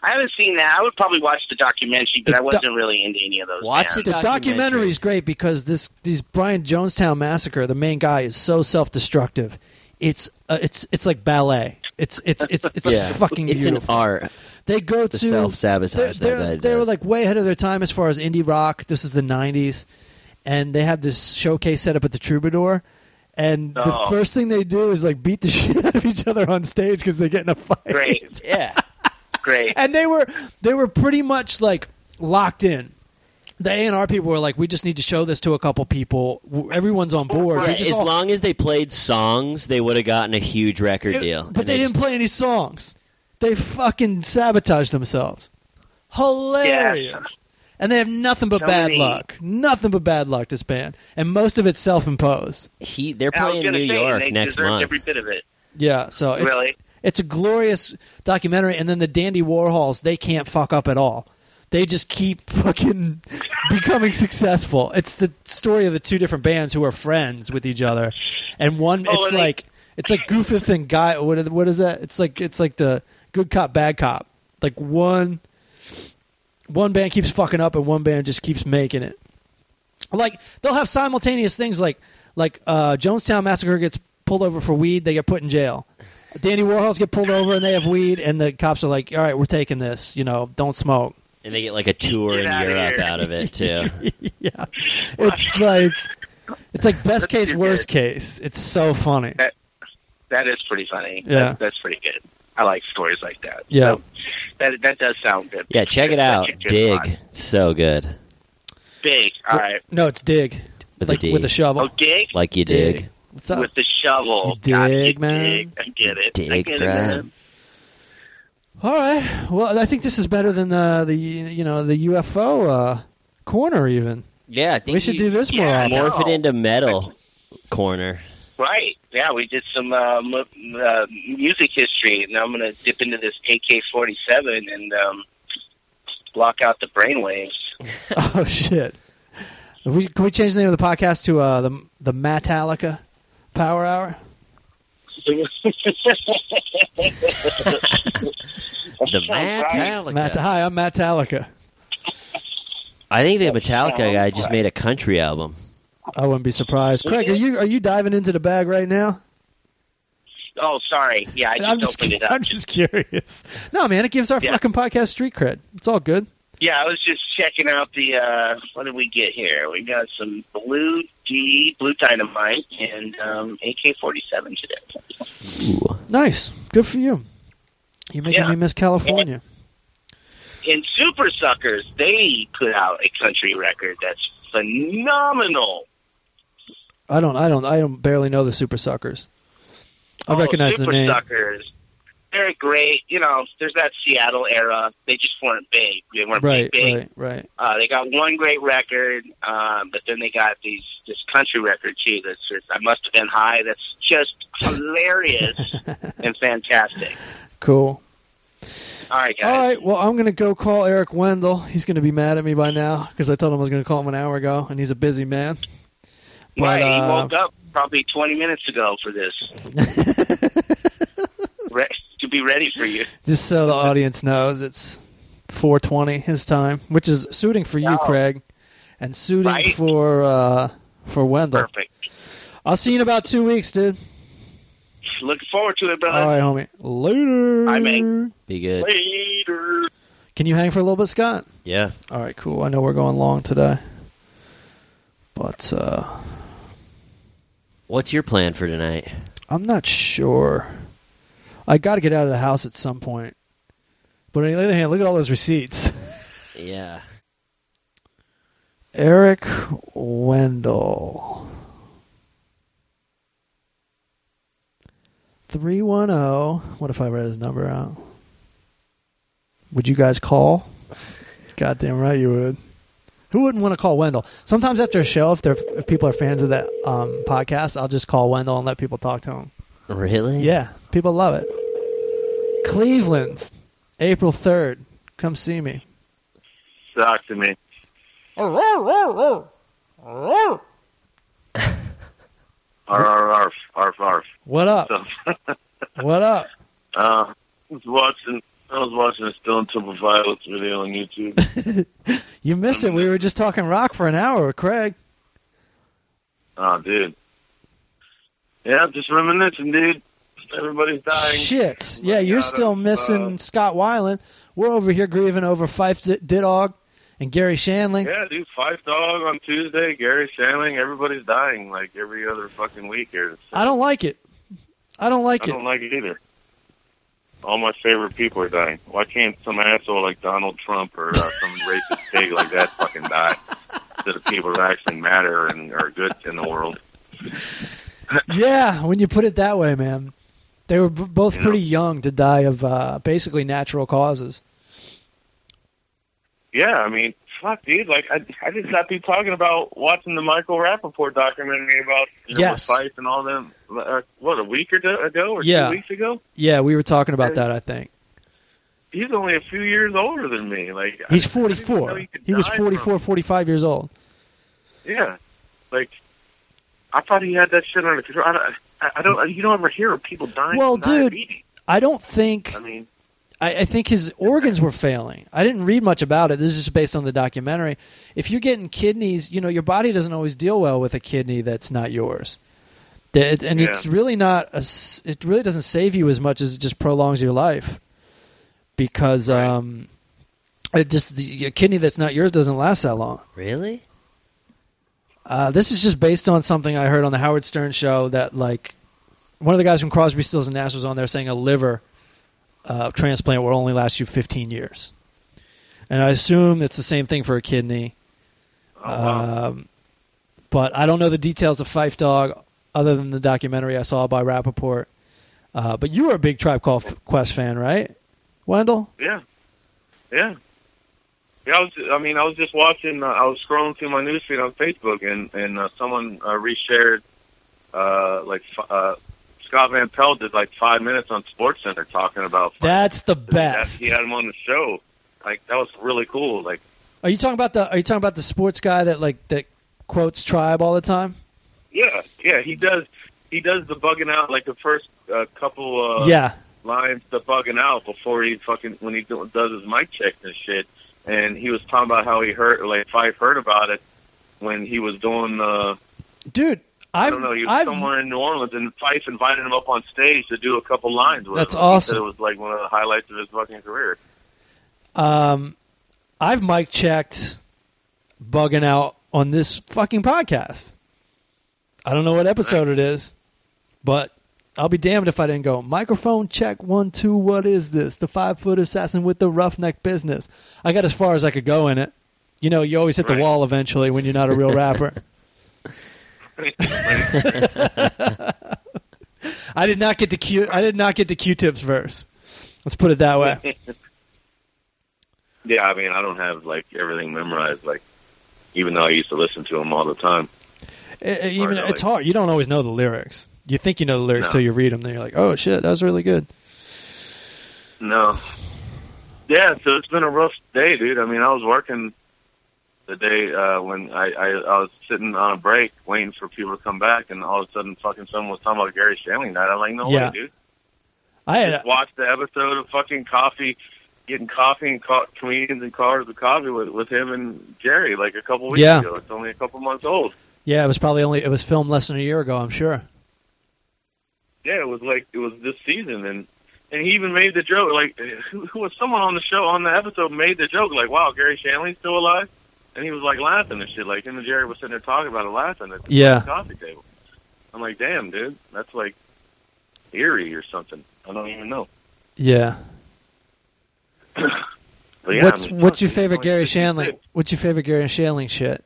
Speaker 3: I haven't seen that. I would probably watch the documentary, but
Speaker 2: The
Speaker 3: I wasn't
Speaker 2: doc-
Speaker 3: really into any of those.
Speaker 4: Watch
Speaker 3: bands.
Speaker 4: the
Speaker 2: The
Speaker 4: documentary.
Speaker 2: documentary is great because this these Brian Jonestown massacre. The main guy is so self destructive. It's uh, it's it's like ballet. It's it's it's it's
Speaker 4: Yeah.
Speaker 2: fucking
Speaker 4: It's an
Speaker 2: beautiful.
Speaker 4: art.
Speaker 2: They go to
Speaker 4: The self-sabotage
Speaker 2: They're,
Speaker 4: that
Speaker 2: they're-
Speaker 4: guy
Speaker 2: they were
Speaker 4: does.
Speaker 2: like way ahead of their time as far as indie rock. This is the '90s, and they have this showcase set up at the Troubadour. And the
Speaker 3: Oh.
Speaker 2: first thing they do is like beat the shit out of each other on stage because they get in a fight.
Speaker 3: Great,
Speaker 4: Yeah.
Speaker 3: great.
Speaker 2: And they were they were pretty much like locked in. The A and R people were like, "We just need to show this to a couple people. W- Everyone's on board. We
Speaker 4: Right,
Speaker 2: just
Speaker 4: as
Speaker 2: all-
Speaker 4: long as they played songs, they would have gotten a huge record
Speaker 2: It-
Speaker 4: deal.
Speaker 2: But
Speaker 4: And
Speaker 2: they, didn't play any songs. They fucking sabotaged themselves. Hilarious. And they have nothing but
Speaker 3: So
Speaker 2: bad
Speaker 3: many-
Speaker 2: luck. Nothing but bad luck, this band. And most of it's self imposed.
Speaker 4: just- he they're
Speaker 3: I was
Speaker 4: playing
Speaker 3: gonna
Speaker 4: New
Speaker 3: say,
Speaker 4: York
Speaker 3: they
Speaker 4: next
Speaker 3: deserved
Speaker 4: month.
Speaker 3: Every bit of it.
Speaker 2: Yeah, so it's,
Speaker 3: Really?
Speaker 2: it's a glorious documentary. And then the Dandy Warhols, they can't fuck up at all. They just keep fucking becoming successful. It's the story of the two different bands who are friends with each other, and one
Speaker 3: Oh,
Speaker 2: it's
Speaker 3: and they-
Speaker 2: like it's like Goofith and Guy. What is- what is that? It's like it's like the good cop bad cop. Like one one band keeps fucking up and one band just keeps making it. Like they'll have simultaneous things like like uh, Jonestown Massacre gets pulled over for weed, they get put in jail. Danny Warhols get pulled over and they have weed, and the cops are like, "All right, we're taking this. You know, don't smoke."
Speaker 4: and they get like a tour
Speaker 3: Get
Speaker 4: in
Speaker 3: outta
Speaker 4: Europe
Speaker 3: here.
Speaker 4: out of it too.
Speaker 2: yeah, it's like it's like best case,
Speaker 3: too
Speaker 2: worst
Speaker 3: good.
Speaker 2: case. It's so funny.
Speaker 3: That- That is pretty funny.
Speaker 2: Yeah.
Speaker 3: That- that's pretty good. I like stories like that.
Speaker 2: Yeah.
Speaker 3: So, that that does sound good.
Speaker 4: yeah, check it
Speaker 3: That
Speaker 4: out.
Speaker 3: kicked your
Speaker 4: Dig.
Speaker 3: spot.
Speaker 4: It's so good.
Speaker 3: Dig. All right.
Speaker 2: No, it's dig
Speaker 4: With
Speaker 2: like
Speaker 4: a D.
Speaker 2: with a shovel.
Speaker 3: Oh, dig
Speaker 4: like you dig.
Speaker 2: dig. What's up?
Speaker 3: with the shovel.
Speaker 2: You
Speaker 3: God, you
Speaker 2: dig, man.
Speaker 3: Dig. I get it. I
Speaker 4: Dig,
Speaker 3: get it,
Speaker 4: Brian.
Speaker 3: man.
Speaker 2: All right. Well, I think this is better than uh, the the you know the UFO uh, corner. Even
Speaker 4: Yeah, I think
Speaker 2: we should do
Speaker 4: you
Speaker 2: this more
Speaker 3: yeah,
Speaker 2: often.
Speaker 3: no.
Speaker 4: Morph it into metal corner.
Speaker 3: Right. Yeah, we did some uh, mu- uh, music history, and I'm going to dip into this AK-47 and um, block out the brainwaves.
Speaker 2: Oh shit! If we, can we change the name of the podcast to uh, the the Metallica Power Hour?
Speaker 4: The Metallica.
Speaker 2: Matt, hi, I'm Metallica.
Speaker 4: I think the Metallica guy just made a country album.
Speaker 2: I wouldn't be surprised. Craig, are you are you diving into the bag right now?
Speaker 3: Oh, sorry. Yeah, I just
Speaker 2: I'm
Speaker 3: opened
Speaker 2: just
Speaker 3: it up.
Speaker 2: I'm just curious. No, man, it gives our
Speaker 3: Yeah.
Speaker 2: fucking podcast street cred. It's all good.
Speaker 3: Yeah, I was just checking out the. Uh, what did we get here? We got some blue D, blue dynamite, and um, AK-47 today.
Speaker 2: Nice, good for you. You're making
Speaker 3: Yeah.
Speaker 2: me miss California.
Speaker 3: And Super Suckers, they put out a country record that's phenomenal.
Speaker 2: I don't. I don't. I don't barely know the Super Suckers. I recognize
Speaker 3: Super
Speaker 2: the name.
Speaker 3: Suckers. Oh, They're great. You know, there's that Seattle era. They just weren't big. They weren't
Speaker 2: Right,
Speaker 3: big. big.
Speaker 2: right, right.
Speaker 3: Uh, they got one great record, um, but then they got these this country record too. That's just, I must have been high. That's just hilarious and fantastic.
Speaker 2: Cool.
Speaker 3: All right, guys.
Speaker 2: All right. Well, I'm going to go call Eric Wendell. He's going to be mad at me by now because I told him I was going to call him an hour ago, and he's a busy man.
Speaker 3: Right,
Speaker 2: But,
Speaker 3: he
Speaker 2: uh,
Speaker 3: woke up probably 20 minutes ago for this. Re- to be ready for you.
Speaker 2: Just so the audience knows, it's 4:20 his time, which is suiting for you,
Speaker 3: Wow.
Speaker 2: Craig, and suiting
Speaker 3: Right.
Speaker 2: for uh, for Wendell.
Speaker 3: Perfect.
Speaker 2: I'll see you in about two weeks, dude.
Speaker 3: Looking forward to it,
Speaker 2: All
Speaker 3: brother.
Speaker 2: right, homie. Later.
Speaker 3: Bye, man.
Speaker 4: Be good.
Speaker 3: Later.
Speaker 2: Can you hang for a little bit, Scott?
Speaker 4: Yeah.
Speaker 2: All right, cool. I know we're going long today, but uh,
Speaker 4: What's your plan for tonight?
Speaker 2: I'm not sure. I got to get out of the house at some point. But on the other hand, look at all those receipts.
Speaker 4: Yeah.
Speaker 2: Eric Wendell. 310. oh. What if I read his number out? Would you guys call? Goddamn right you would. Who wouldn't want to call Wendell? Sometimes after a show, if, they're, if people are fans of that um, podcast, I'll just call Wendell and let people talk to him.
Speaker 4: Really?
Speaker 2: Yeah, people love it. Cleveland, April 3rd. Come see me.
Speaker 3: Talk to me. Arf, arf, arf, arf.
Speaker 2: What up? what up?
Speaker 3: Uh, this is Watson.
Speaker 6: I was watching a Stone Temple Violets video on YouTube.
Speaker 2: You missed it. We were just talking rock for an hour with Craig.
Speaker 6: oh, dude. Yeah, just reminiscing, dude. Everybody's dying.
Speaker 2: Shit. Yeah, you're
Speaker 6: God,
Speaker 2: still
Speaker 6: I'm,
Speaker 2: missing
Speaker 6: uh,
Speaker 2: Scott Weiland. We're over here grieving over Fife D- Didog and Gary Shanley.
Speaker 6: Yeah, dude, Five Dog on Tuesday, Gary Shanling, everybody's dying like every other fucking week here.
Speaker 2: I don't like it. I don't like
Speaker 6: I
Speaker 2: it.
Speaker 6: don't like it either. All my favorite people are dying. Why can't some asshole like Donald Trump or uh, some racist pig like that fucking die instead of people that actually matter and are good in the world?
Speaker 2: yeah, when you put it that way, man. They were b- both
Speaker 6: You know.
Speaker 2: pretty young to die of uh, basically natural causes.
Speaker 6: Yeah, I mean, fuck, dude. Like, I, I just got through talking about watching the Michael Rappaport documentary about you know,
Speaker 2: Yes.
Speaker 6: Fife and all them. Uh, what a week or do- ago or
Speaker 2: Yeah.
Speaker 6: two weeks ago.
Speaker 2: Yeah, we were talking about
Speaker 6: There's-
Speaker 2: that, I think.
Speaker 6: He's only a few years older than me. Like, I
Speaker 2: He's
Speaker 6: didn't- I didn't even know
Speaker 2: 44.
Speaker 6: could
Speaker 2: He was
Speaker 6: die from
Speaker 2: 44, 45 years old.
Speaker 6: Yeah, like I thought he had that shit under control. I don't, I- I don't. You don't ever hear of people dying.
Speaker 2: Well,
Speaker 6: from
Speaker 2: dude.
Speaker 6: diabetes.
Speaker 2: I don't think
Speaker 6: I mean,
Speaker 2: I, I think his organs were failing. I didn't read much about it. This is just based on the documentary. If you're getting kidneys, you know your body doesn't always deal well with a kidney that's not yours, That- and it's
Speaker 6: Yeah.
Speaker 2: really not. A, s- it really doesn't save you as much as it just prolongs your life, because um, it just the, a kidney that's not yours doesn't last that long.
Speaker 4: Really?
Speaker 2: Uh, this is just based on something I heard on the Howard Stern show that like one of the guys from Crosby, Stills and Nash was on there saying a liver uh, transplant will only last you 15 years, and I assume it's the same thing for a kidney.
Speaker 6: oh, wow.
Speaker 2: Um, but I don't know the details of Fife Dog other than the documentary I saw by Rappaport. Uh, but you were a big Tribe Called Quest fan, right, Wendell?
Speaker 6: yeah, yeah, yeah. I was. I mean, I was just watching. Uh, I was scrolling through my newsfeed on Facebook, and and uh, someone uh, reshared uh, like f- uh, Scott Van Pelt did like five minutes on SportsCenter talking about
Speaker 2: That's the best.
Speaker 6: He had him on the show. Like that was really cool. Like.
Speaker 2: Are you talking about the Are you talking about the sports guy that like that quotes Tribe all the time?
Speaker 6: Yeah, yeah, he does. He does the bugging out like the first uh, couple uh,
Speaker 2: yeah.
Speaker 6: lines, the bugging out before he fucking when he do- does his mic checks and shit. And he was talking about how he heard like Fife heard about it when he was doing uh,
Speaker 2: dude. I've,
Speaker 6: I don't know he was
Speaker 2: I've,
Speaker 6: somewhere in New Orleans and Fife invited him up on stage to do a couple lines. With
Speaker 2: That's
Speaker 6: him. He said
Speaker 2: awesome.
Speaker 6: It was like one of the highlights of his fucking career.
Speaker 2: um, I've mic checked, bugging out on this fucking podcast. I don't know what episode it is, but I'll be damned if I didn't go microphone check one two. What is this? The five foot assassin with the roughneck business. I got as far as I could go in it. You know, you always hit
Speaker 6: Right.
Speaker 2: the wall eventually when you're not a real rapper. I did not get to Q. I did not get to Q-Tip's verse. Let's put it that way.
Speaker 6: Yeah, I mean I don't have like everything memorized. Like even though I used to listen to him all the time.
Speaker 2: It- it- Eh, even
Speaker 6: Really?
Speaker 2: it's hard. You don't always know the lyrics. You think you know the lyrics
Speaker 6: No.
Speaker 2: till you read them. Then you're like, oh shit, that was really good.
Speaker 6: No. Yeah, so it's been a rough day, dude. I mean, I was working the day uh, when I, I I was sitting on a break waiting for people to come back, and all of a sudden, fucking someone was talking about Gary Shanley night. I'm like, no
Speaker 2: Yeah.
Speaker 6: way, dude.
Speaker 2: I had
Speaker 6: Just watched the episode of fucking coffee, getting coffee and co- comedians and cars with coffee with, with him and Jerry like a couple weeks
Speaker 2: Yeah.
Speaker 6: ago. It's only a couple months old.
Speaker 2: yeah, it was probably only it was filmed less than a year ago. I'm sure.
Speaker 6: yeah, it was like it was this season, and and he even made the joke like who, who was someone on the show on the episode made the joke like wow Gary Shanley's still alive, and he was like laughing and shit like him and Jerry were sitting there talking about it laughing at the
Speaker 2: Yeah.
Speaker 6: coffee table. I'm like, damn, dude, that's like eerie or something. I don't even know.
Speaker 2: Yeah.
Speaker 6: But yeah,
Speaker 2: what's
Speaker 6: I mean,
Speaker 2: what's
Speaker 6: fuck,
Speaker 2: your
Speaker 6: he's
Speaker 2: favorite
Speaker 6: only
Speaker 2: Gary
Speaker 6: 56.
Speaker 2: Shanling? What's your favorite Gary Shanling shit?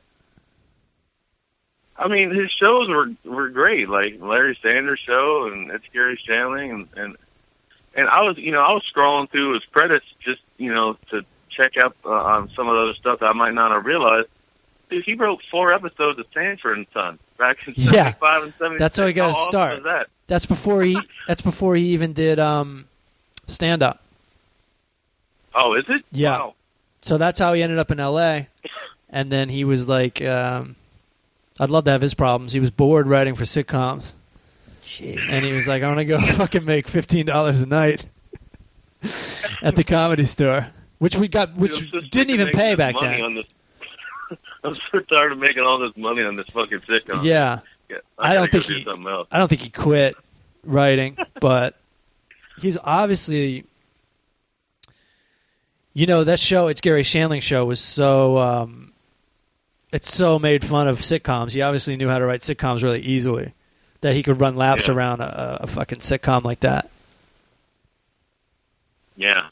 Speaker 6: I mean, his shows were were great, like Larry Sanders show and it's Gary Shanley and and and I was you know I was scrolling through his credits just you know to check up uh, on some of the other stuff that I might not have realized. Dude, he wrote four episodes of Sanford and Son back in
Speaker 2: Yeah.
Speaker 6: seventy five and seventy.
Speaker 2: That's how he got his
Speaker 6: awesome
Speaker 2: start.
Speaker 6: is that?
Speaker 2: That's before he. that's before he even did um, stand up.
Speaker 6: Oh, is it?
Speaker 2: Yeah.
Speaker 6: Wow.
Speaker 2: So that's how he ended up in L.A. And then he was like, um, I'd love to have his problems. He was bored writing for sitcoms,
Speaker 4: Shit.
Speaker 2: and he was like, I'm gonna go fucking make fifteen dollars a night. at the comedy store, which we got, which
Speaker 6: Dude, I'm so sick
Speaker 2: didn't
Speaker 6: of
Speaker 2: even
Speaker 6: making
Speaker 2: pay
Speaker 6: this
Speaker 2: back
Speaker 6: money
Speaker 2: then.
Speaker 6: on this- I'm so tired of making all this money on this fucking sitcom.
Speaker 2: Yeah,
Speaker 6: Yeah,
Speaker 2: I
Speaker 6: gotta
Speaker 2: don't
Speaker 6: go
Speaker 2: think
Speaker 6: do
Speaker 2: he-
Speaker 6: something else.
Speaker 2: I don't think he quit writing, but he's obviously. You know that show, it's Gary Shandling's show, was so um, it's so made fun of sitcoms. He obviously knew how to write sitcoms really easily, that he could run laps
Speaker 6: Yeah.
Speaker 2: around a, a fucking sitcom like that.
Speaker 6: Yeah.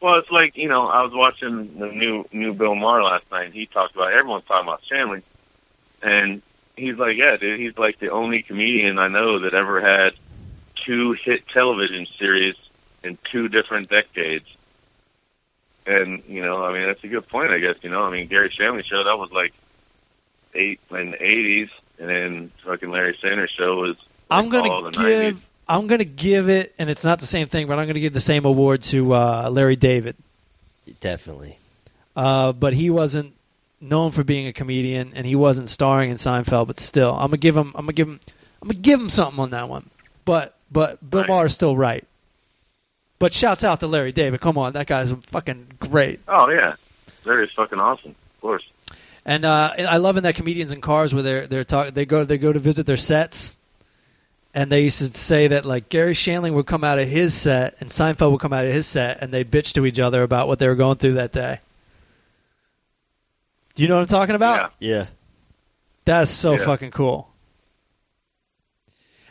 Speaker 6: Well, it's like you know, I was watching the new new Bill Maher last night. And he talked about everyone's talking about Shanley, and he's like, yeah, dude, he's like the only comedian I know that ever had two hit television series in two different decades. And you know, I mean, that's a good point, I guess. You know, I mean, Gary Shanley show that was like eight in the eighties, and then fucking Larry Sanders show was.
Speaker 2: I'm
Speaker 6: Like all
Speaker 2: gonna
Speaker 6: the
Speaker 2: give.
Speaker 6: 90s.
Speaker 2: I'm gonna give it, and it's not the same thing, but I'm gonna give the same award to uh, Larry David.
Speaker 4: Definitely.
Speaker 2: Uh, but he wasn't known for being a comedian, and he wasn't starring in Seinfeld. But still, I'm gonna give him. I'm gonna give him. I'm gonna give him something on that one. But but Bill
Speaker 6: Right.
Speaker 2: Maher's still right. But shouts out to Larry David. Come on, that guy's fucking great.
Speaker 6: Oh yeah, Larry's fucking awesome, of course.
Speaker 2: And uh, I love in that comedians in cars where they're they're talk they go they go to visit their sets, and they used to say that like Gary Shandling would come out of his set and Seinfeld would come out of his set, and they bitch to each other about what they were going through that day. Do you know what I'm talking about?
Speaker 6: Yeah.
Speaker 4: Yeah.
Speaker 2: That's so
Speaker 6: Yeah.
Speaker 2: fucking cool.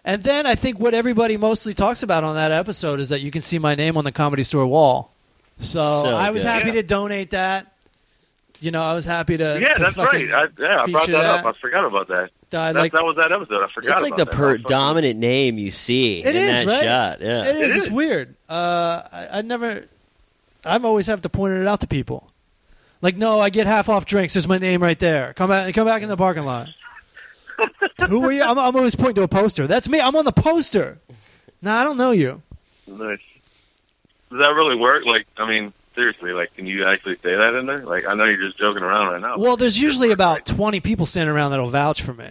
Speaker 2: And then I think what everybody mostly talks about on that episode is that you can see my name on the comedy store wall. So,
Speaker 4: So
Speaker 2: I was
Speaker 4: good.
Speaker 2: happy
Speaker 6: Yeah.
Speaker 2: to donate that. You know, I was happy to.
Speaker 6: Yeah,
Speaker 2: to
Speaker 6: that's
Speaker 2: fucking-
Speaker 6: right. I, yeah, I brought
Speaker 2: feature
Speaker 6: that, up.
Speaker 2: that.
Speaker 6: I forgot about that.
Speaker 2: I
Speaker 6: That,
Speaker 2: like-
Speaker 6: that was that episode. I forgot.
Speaker 4: It's like
Speaker 6: about
Speaker 4: the
Speaker 6: that.
Speaker 4: per-
Speaker 6: I fucking-
Speaker 4: dominant name you see
Speaker 2: It
Speaker 4: in
Speaker 2: is,
Speaker 4: that
Speaker 2: right?
Speaker 4: shot. Yeah.
Speaker 2: It is.
Speaker 6: It
Speaker 2: It's
Speaker 6: is.
Speaker 2: weird. Uh, I, I never. I've always have to point it out to people. Like, no, I get half off drinks. There's my name right there. Come back, come back in the parking lot. Who are you? I'm, I'm always pointing to a poster. That's me. I'm on the poster. No, I don't know you.
Speaker 6: Nice. Does that really work? Like, I mean, seriously, like, can you actually say that in there? Like, I know you're just joking around right now.
Speaker 2: Well, there's
Speaker 6: It does
Speaker 2: usually
Speaker 6: work,
Speaker 2: about
Speaker 6: right?
Speaker 2: 20 people standing around that'll vouch for me.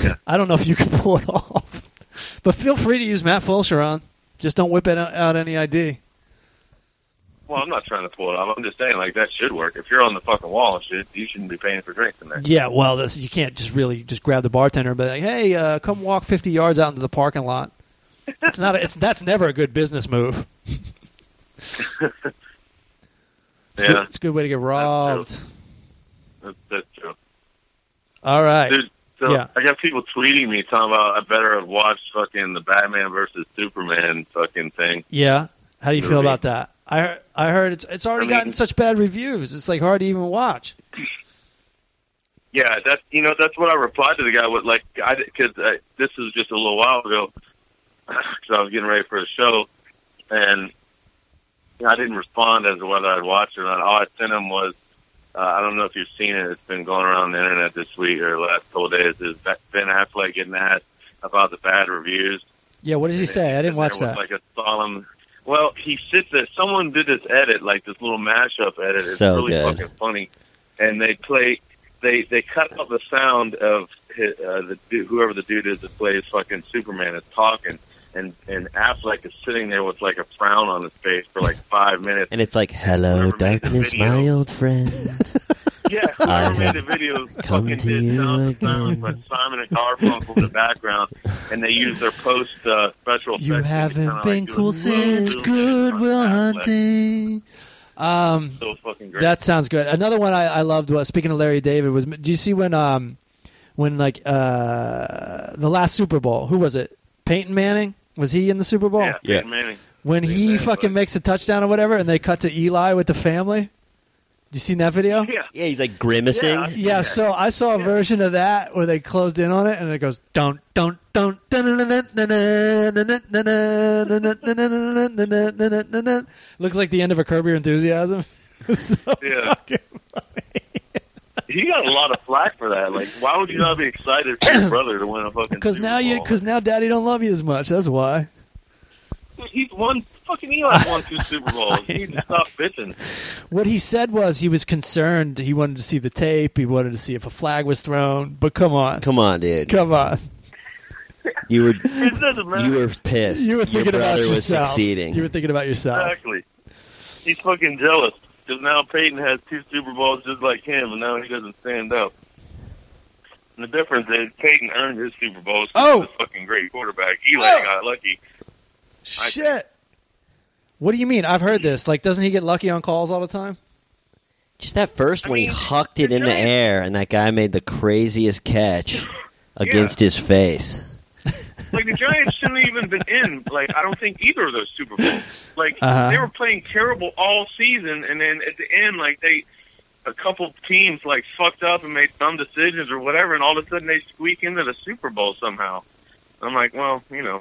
Speaker 6: Yeah.
Speaker 2: I don't know if you can pull it off, but feel free to use Matt Fulcheron. Just don't whip it out, out any ID.
Speaker 6: Well, I'm not trying to pull it off. I'm just saying, like, that should work. If you're on the fucking wall and shit, you shouldn't be paying for drinks in there.
Speaker 2: Yeah, well, this, you can't just really just grab the bartender, but like, hey, uh, come walk 50 yards out into the parking lot. It's not. A, it's that's never a good business move. It's,
Speaker 6: Yeah,
Speaker 2: good, it's a good way to get robbed.
Speaker 6: That's, that's true.
Speaker 2: All right.
Speaker 6: Dude, so
Speaker 2: Yeah.
Speaker 6: I got people tweeting me talking about I better have watched fucking the Batman versus Superman fucking thing.
Speaker 2: Yeah. How do you feel
Speaker 6: Movie.
Speaker 2: about that? I heard, I heard it's it's already
Speaker 6: I mean-
Speaker 2: gotten such bad reviews. It's like hard to even watch.
Speaker 6: Yeah, that's you know that's what I replied to the guy with like I because this was just a little while ago because I was getting ready for the show and I didn't respond as to whether I'd watched it or not. All I sent him was uh, I don't know if you've seen it. It's been going around the internet this week or last couple of days. Is Ben Affleck getting asked about the bad reviews?
Speaker 2: Yeah. What does he say? I didn't watch
Speaker 6: There
Speaker 2: that.
Speaker 6: was, Like a solemn. Well, he sits there. Someone did this edit, like this little mashup edit. It's
Speaker 4: So
Speaker 6: really
Speaker 4: good.
Speaker 6: fucking funny. And they play. They they cut out the sound of hi- uh, the dude, whoever the dude is that plays fucking Superman is talking, and and Affleck is sitting there with like a frown on his face for like five minutes.
Speaker 4: And it's like, hello,
Speaker 6: Whoever made the
Speaker 4: darkness,
Speaker 6: video.
Speaker 4: my old friend.
Speaker 6: Yeah,
Speaker 4: I
Speaker 6: whoever
Speaker 4: have
Speaker 6: made the video
Speaker 4: come
Speaker 6: fucking
Speaker 4: to
Speaker 6: did
Speaker 4: you
Speaker 6: sound of
Speaker 4: again.
Speaker 6: silence by Simon and Garfunkel in the background, and they use their post uh, special.
Speaker 2: You
Speaker 6: effects to
Speaker 2: haven't
Speaker 6: kinda, like,
Speaker 2: been
Speaker 6: do a
Speaker 2: cool
Speaker 6: zoom,
Speaker 2: since
Speaker 6: zoom in
Speaker 2: Goodwill
Speaker 6: on Affleck.
Speaker 2: Hunting. Um,
Speaker 6: So fucking great.
Speaker 2: that sounds good. Another one I, I loved was speaking of Larry David was. Do you see when um, when like uh, the last Super Bowl? Who was it? Peyton Manning was he in the Super Bowl?
Speaker 6: yeah,
Speaker 4: Yeah.
Speaker 6: Peyton Manning.
Speaker 2: When
Speaker 6: Peyton
Speaker 2: he
Speaker 6: Manning
Speaker 2: fucking
Speaker 6: was-
Speaker 2: makes a touchdown or whatever, and they cut to Eli with the family. You seen that video?
Speaker 6: Yeah.
Speaker 4: Yeah, he's like grimacing.
Speaker 6: Yeah.
Speaker 2: Yeah, so I saw a version of that where they closed in on it and it goes don't don't don't looks like the end of a Curb Your Enthusiasm. So
Speaker 6: Yeah.
Speaker 2: fucking-
Speaker 6: He got a lot of flack for that. Like, why would you not be excited for your brother to win a fucking?
Speaker 2: Because
Speaker 6: Super
Speaker 2: now you,
Speaker 6: Bowl?
Speaker 2: because now Daddy don't love you as much. That's why.
Speaker 6: Dude, he's won fucking Eli's won two Super Bowls. He needs to stop bitching.
Speaker 2: What he said was he was concerned. He wanted to see the tape. He wanted to see if a flag was thrown. But come on,
Speaker 4: Come on, dude.
Speaker 2: come on.
Speaker 4: You were
Speaker 6: It doesn't matter.
Speaker 4: you were pissed.
Speaker 2: You were
Speaker 4: Your
Speaker 2: thinking about
Speaker 4: brother was
Speaker 2: yourself.
Speaker 4: succeeding.
Speaker 2: You were thinking about yourself.
Speaker 6: Exactly. He's fucking jealous because now Peyton has two Super Bowls just like him, and now he doesn't stand up. And the difference is Peyton earned his Super Bowls. 'cause
Speaker 2: Oh.
Speaker 6: he's a fucking great quarterback. Eli got lucky. I-
Speaker 2: Shit. What do you mean? I've heard this. Like, doesn't he get lucky on calls all the time?
Speaker 4: Just that first
Speaker 6: I
Speaker 4: one,
Speaker 6: mean,
Speaker 4: he hucked it in the
Speaker 6: Giants-
Speaker 4: air, and that guy made the craziest catch against his face.
Speaker 6: Like the Giants shouldn't have even been in. Like I don't think either of those Super Bowls. Like
Speaker 2: Uh-huh.
Speaker 6: they were playing terrible all season, and then at the end, like they. A couple teams like fucked up and made dumb decisions or whatever, and all of a sudden they squeak into the Super Bowl somehow. I'm like, well, you know,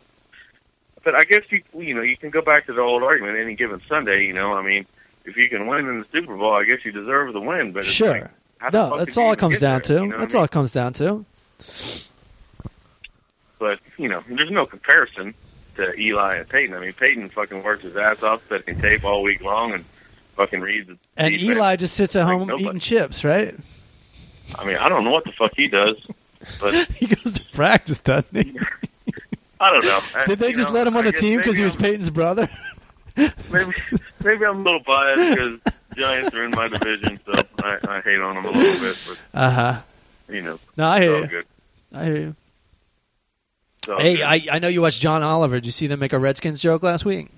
Speaker 6: but I guess you you know you can go back to the old argument. Any given Sunday, you know, I mean, if you can win in the Super Bowl, I guess you deserve the win. But it's
Speaker 2: Sure.
Speaker 6: like, how the
Speaker 2: No,
Speaker 6: fuck
Speaker 2: that's
Speaker 6: did you
Speaker 2: all it
Speaker 6: even
Speaker 2: comes
Speaker 6: get
Speaker 2: down
Speaker 6: there?
Speaker 2: to.
Speaker 6: You know what
Speaker 2: That's
Speaker 6: I mean?
Speaker 2: all it comes down to.
Speaker 6: But you know, there's no comparison to Eli and Peyton. I mean, Peyton fucking works his ass off setting tape all week long and fucking reads. the
Speaker 2: And
Speaker 6: defense.
Speaker 2: Eli just sits at
Speaker 6: Like
Speaker 2: home
Speaker 6: nobody.
Speaker 2: eating chips, right?
Speaker 6: I mean, I don't know what the fuck he does, but
Speaker 2: he goes to practice, doesn't he?
Speaker 6: I don't know. I-
Speaker 2: Did they
Speaker 6: you
Speaker 2: just
Speaker 6: know,
Speaker 2: let him on
Speaker 6: I
Speaker 2: the
Speaker 6: guess
Speaker 2: team because
Speaker 6: maybe
Speaker 2: he was
Speaker 6: I'm-
Speaker 2: Peyton's brother?
Speaker 6: maybe, maybe I'm a little biased because Giants are in my division, so I, I hate on them a little bit. But
Speaker 2: Uh huh.
Speaker 6: you know,
Speaker 2: No, I
Speaker 6: it's
Speaker 2: hear
Speaker 6: all
Speaker 2: you.
Speaker 6: good.
Speaker 2: I hear you.
Speaker 6: It's all
Speaker 2: Hey,
Speaker 6: good.
Speaker 2: I, I know you watched John Oliver. Did you see them make a Redskins joke last week?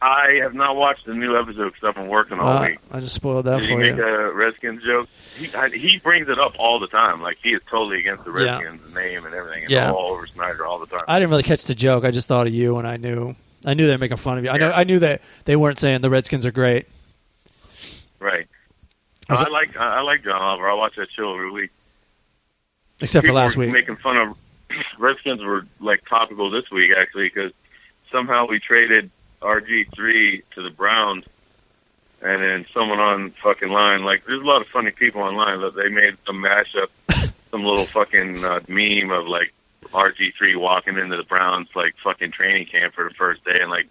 Speaker 6: I have not watched the new episode because I've been working all
Speaker 2: Uh,
Speaker 6: week.
Speaker 2: I just spoiled that
Speaker 6: Oh, Did he
Speaker 2: for
Speaker 6: make
Speaker 2: you.
Speaker 6: a Redskins joke? He, I, he brings it up all the time. Like he is totally against the
Speaker 2: Yeah.
Speaker 6: Redskins name and everything. It's
Speaker 2: Yeah.
Speaker 6: all over Snyder all the time.
Speaker 2: I didn't really catch the joke. I just thought of you, and I knew I knew they were making fun of you. I know
Speaker 6: Yeah.
Speaker 2: I knew that they weren't saying the Redskins are great.
Speaker 6: right.
Speaker 2: Was
Speaker 6: I
Speaker 2: it-
Speaker 6: like I I like John Oliver. I watch that show every week.
Speaker 2: Except for
Speaker 6: People
Speaker 2: last
Speaker 6: were
Speaker 2: week.
Speaker 6: making fun of Redskins were like topical this week actually because somehow we traded RG three to the Browns, and then someone on fucking line like there's a lot of funny people online that they made some mashup, some little fucking uh, meme of like RG three walking into the Browns like fucking training camp for the first day and like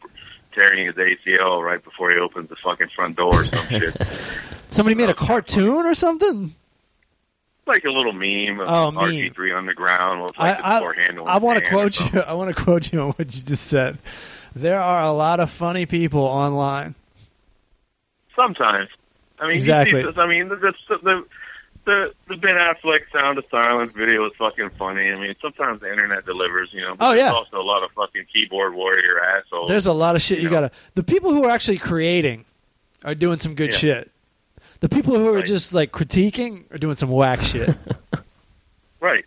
Speaker 6: tearing his ACL right before he opens the fucking front door or some shit.
Speaker 2: Somebody made a cartoon or something.
Speaker 6: like a little meme of
Speaker 2: Oh, meme.
Speaker 6: RG3 on the ground with like
Speaker 2: I
Speaker 6: the forehand.
Speaker 2: I, I want to quote you. I want to quote you on what you just said. There are a lot of funny people online.
Speaker 6: Sometimes, I mean,
Speaker 2: Exactly.
Speaker 6: You see, this- I mean, the, the, the the the Ben Affleck Sound of Silence video is fucking funny. I mean, sometimes the internet delivers, you know. but
Speaker 2: Oh,
Speaker 6: there's
Speaker 2: yeah.
Speaker 6: also a lot of fucking keyboard warrior assholes.
Speaker 2: There's a lot of shit you,
Speaker 6: You know.
Speaker 2: gotta. The people who are actually creating are doing some good
Speaker 6: Yeah.
Speaker 2: shit. The people who are
Speaker 6: Right.
Speaker 2: just like critiquing are doing some whack shit.
Speaker 6: right.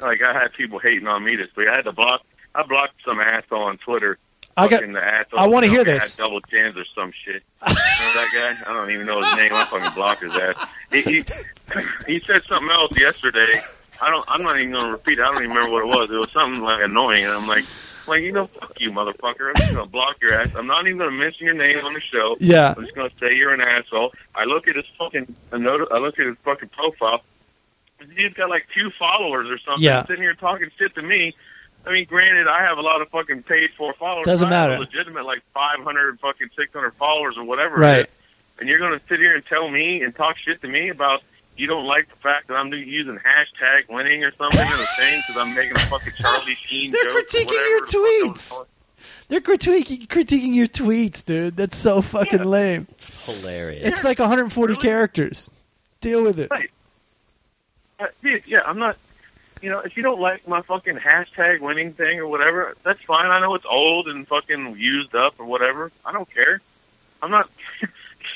Speaker 6: Like I had people hating on me this week. I had to block. I blocked some asshole on Twitter.
Speaker 2: I got.
Speaker 6: Fucking the asshole.
Speaker 2: I wanna hear
Speaker 6: Had
Speaker 2: this.
Speaker 6: Double chins or some shit. You know that guy? I don't even know his name. I fucking blocked his ass. He, he, he said something else yesterday. I don't. I'm not even gonna repeat. it. I don't even remember what it was. It was something like annoying, and I'm like, like you know, fuck you, motherfucker. I'm just gonna block your ass. I'm not even gonna mention your name on the show.
Speaker 2: Yeah.
Speaker 6: I'm just gonna say you're an asshole. I look at his fucking. I noti- I look at his fucking profile. He's got like two followers or something.
Speaker 2: Yeah.
Speaker 6: Sitting here talking shit to me. I mean, granted, I have a lot of fucking paid for followers.
Speaker 2: Doesn't
Speaker 6: I have a
Speaker 2: matter.
Speaker 6: Legitimate, like five hundred fucking six hundred followers or whatever. it
Speaker 2: Right.
Speaker 6: is. And you're gonna sit here and tell me and talk shit to me about you don't like the fact that I'm using hashtag winning or something in the thing because I'm making a fucking Charlie Sheen.
Speaker 2: They're
Speaker 6: joke or
Speaker 2: critiquing
Speaker 6: whatever
Speaker 2: your
Speaker 6: the fuck I was
Speaker 2: tweets.
Speaker 6: calling-
Speaker 2: They're critiquing critiquing your tweets, dude. That's so fucking lame.
Speaker 4: Hilarious.
Speaker 2: It's like 140
Speaker 6: Really?
Speaker 2: characters. Deal with it.
Speaker 6: Right. Uh, dude, yeah, I'm not. You know, if you don't like my fucking hashtag winning thing or whatever, that's fine. I know it's old and fucking used up or whatever. I don't care. I'm not.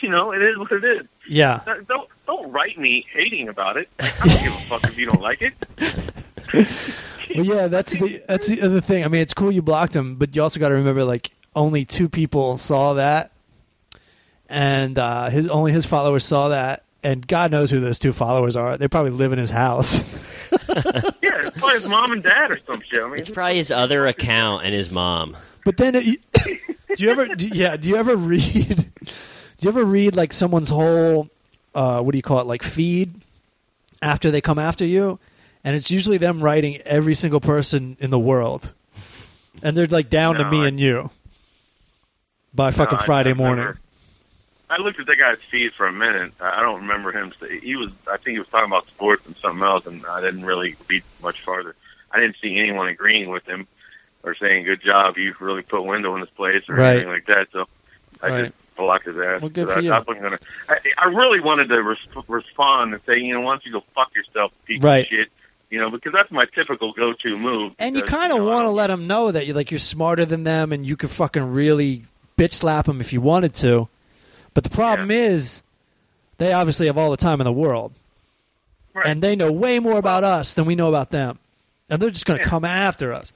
Speaker 6: You know, it is what it is.
Speaker 2: Yeah.
Speaker 6: Don't- Don't don't write me hating about it. I don't give a fuck if you don't like it.
Speaker 2: Well, yeah, that's the that's the other thing. I mean, it's cool you blocked him, but you also got to remember like only two people saw that, and uh, his only his followers saw that, and God knows who those two followers are. They probably live in his house.
Speaker 6: Yeah, it's probably his mom and dad or some shit. I mean,
Speaker 4: It's probably his other account and his mom.
Speaker 2: But then, it, do you ever? Do, yeah, do you ever read? Do you ever read like someone's whole uh, what do you call it? Like feed after they come after you, and it's usually them writing every single person in the world, and they're like down to
Speaker 6: No,
Speaker 2: me
Speaker 6: I-
Speaker 2: and you by fucking
Speaker 6: No, I-
Speaker 2: Friday
Speaker 6: I remember-
Speaker 2: morning.
Speaker 6: I looked at that guy's feed for a minute. I I don't remember him. Say, he was, I think he was talking about sports and something else, and I didn't really read much farther. I didn't see anyone agreeing with him or saying, "Good job, you've really put window in this place" or
Speaker 2: Right.
Speaker 6: anything like that. So I
Speaker 2: Right.
Speaker 6: just blocked his ass.
Speaker 2: Well, good
Speaker 6: But
Speaker 2: for
Speaker 6: I,
Speaker 2: you.
Speaker 6: I, wasn't gonna, I, I really wanted to res- respond and say, you know, why don't you go fuck yourself, piece
Speaker 2: Right.
Speaker 6: of shit. You know, because that's my typical go-to move.
Speaker 2: And you
Speaker 6: because,
Speaker 2: kind of
Speaker 6: know, I
Speaker 2: want to
Speaker 6: don't-
Speaker 2: let them know that you like you're smarter than them, and you could fucking really bitch slap them if you wanted to. But the problem is, they obviously have all the time in the world,
Speaker 6: Right.
Speaker 2: and they know way more about us than we know about them, and they're just going to
Speaker 6: Yeah.
Speaker 2: come after us.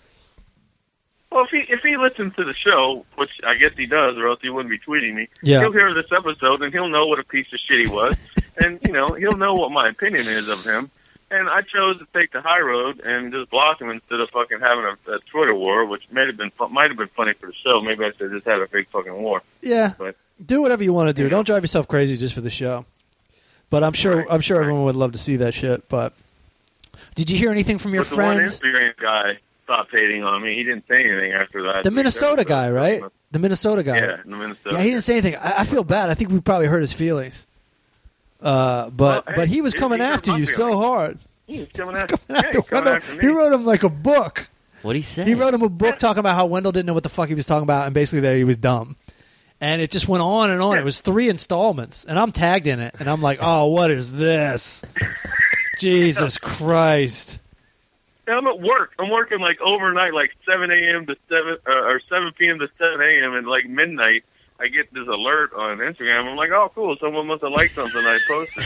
Speaker 6: Well, if he if he listens to the show, which I guess he does, or else he wouldn't be tweeting me.
Speaker 2: Yeah.
Speaker 6: He'll hear this episode and he'll know what a piece of shit he was, and you know he'll know what my opinion is of him. And I chose to take the high road and just block him instead of fucking having a, a Twitter war, which may have been fu- might have been funny for the show. Maybe I should have just had a big fucking war.
Speaker 2: Yeah,
Speaker 6: But-
Speaker 2: do whatever you want to do.
Speaker 6: Yeah.
Speaker 2: Don't drive yourself crazy just for the show. But I'm sure
Speaker 6: Right,
Speaker 2: I'm sure
Speaker 6: right.
Speaker 2: everyone would love to see that shit. But did you hear anything from your
Speaker 6: but the one
Speaker 2: friends?
Speaker 6: Instagram guy stopped hating on me. He didn't say anything after that.
Speaker 2: The Minnesota guy, right? The Minnesota guy.
Speaker 6: Yeah, the Minnesota.
Speaker 2: Yeah, he didn't say anything. I, I feel bad. I think we probably hurt his feelings. Uh, but
Speaker 6: Well, hey,
Speaker 2: but he was
Speaker 6: he-
Speaker 2: coming
Speaker 6: he hurt
Speaker 2: after
Speaker 6: my
Speaker 2: you so
Speaker 6: feelings.
Speaker 2: hard.
Speaker 6: He was coming,
Speaker 2: He's
Speaker 6: at,
Speaker 2: coming
Speaker 6: yeah,
Speaker 2: after
Speaker 6: he's coming
Speaker 2: Wendell.
Speaker 6: after me.
Speaker 2: He wrote him like a book.
Speaker 4: What he say?
Speaker 2: He wrote him a book talking about how Wendell didn't know what the fuck he was talking about, and basically there he was dumb. And it just went on and on.
Speaker 6: Yeah.
Speaker 2: It was three installments, and I'm tagged in it, and I'm like, oh, what is this? Jesus Christ!
Speaker 6: Yeah, I'm at work. I'm working like overnight, like 7 a.m. to 7 uh, or 7 p.m. to 7 a.m. and like midnight. I get this alert on Instagram. I'm like, oh, cool. Someone must have liked something I posted.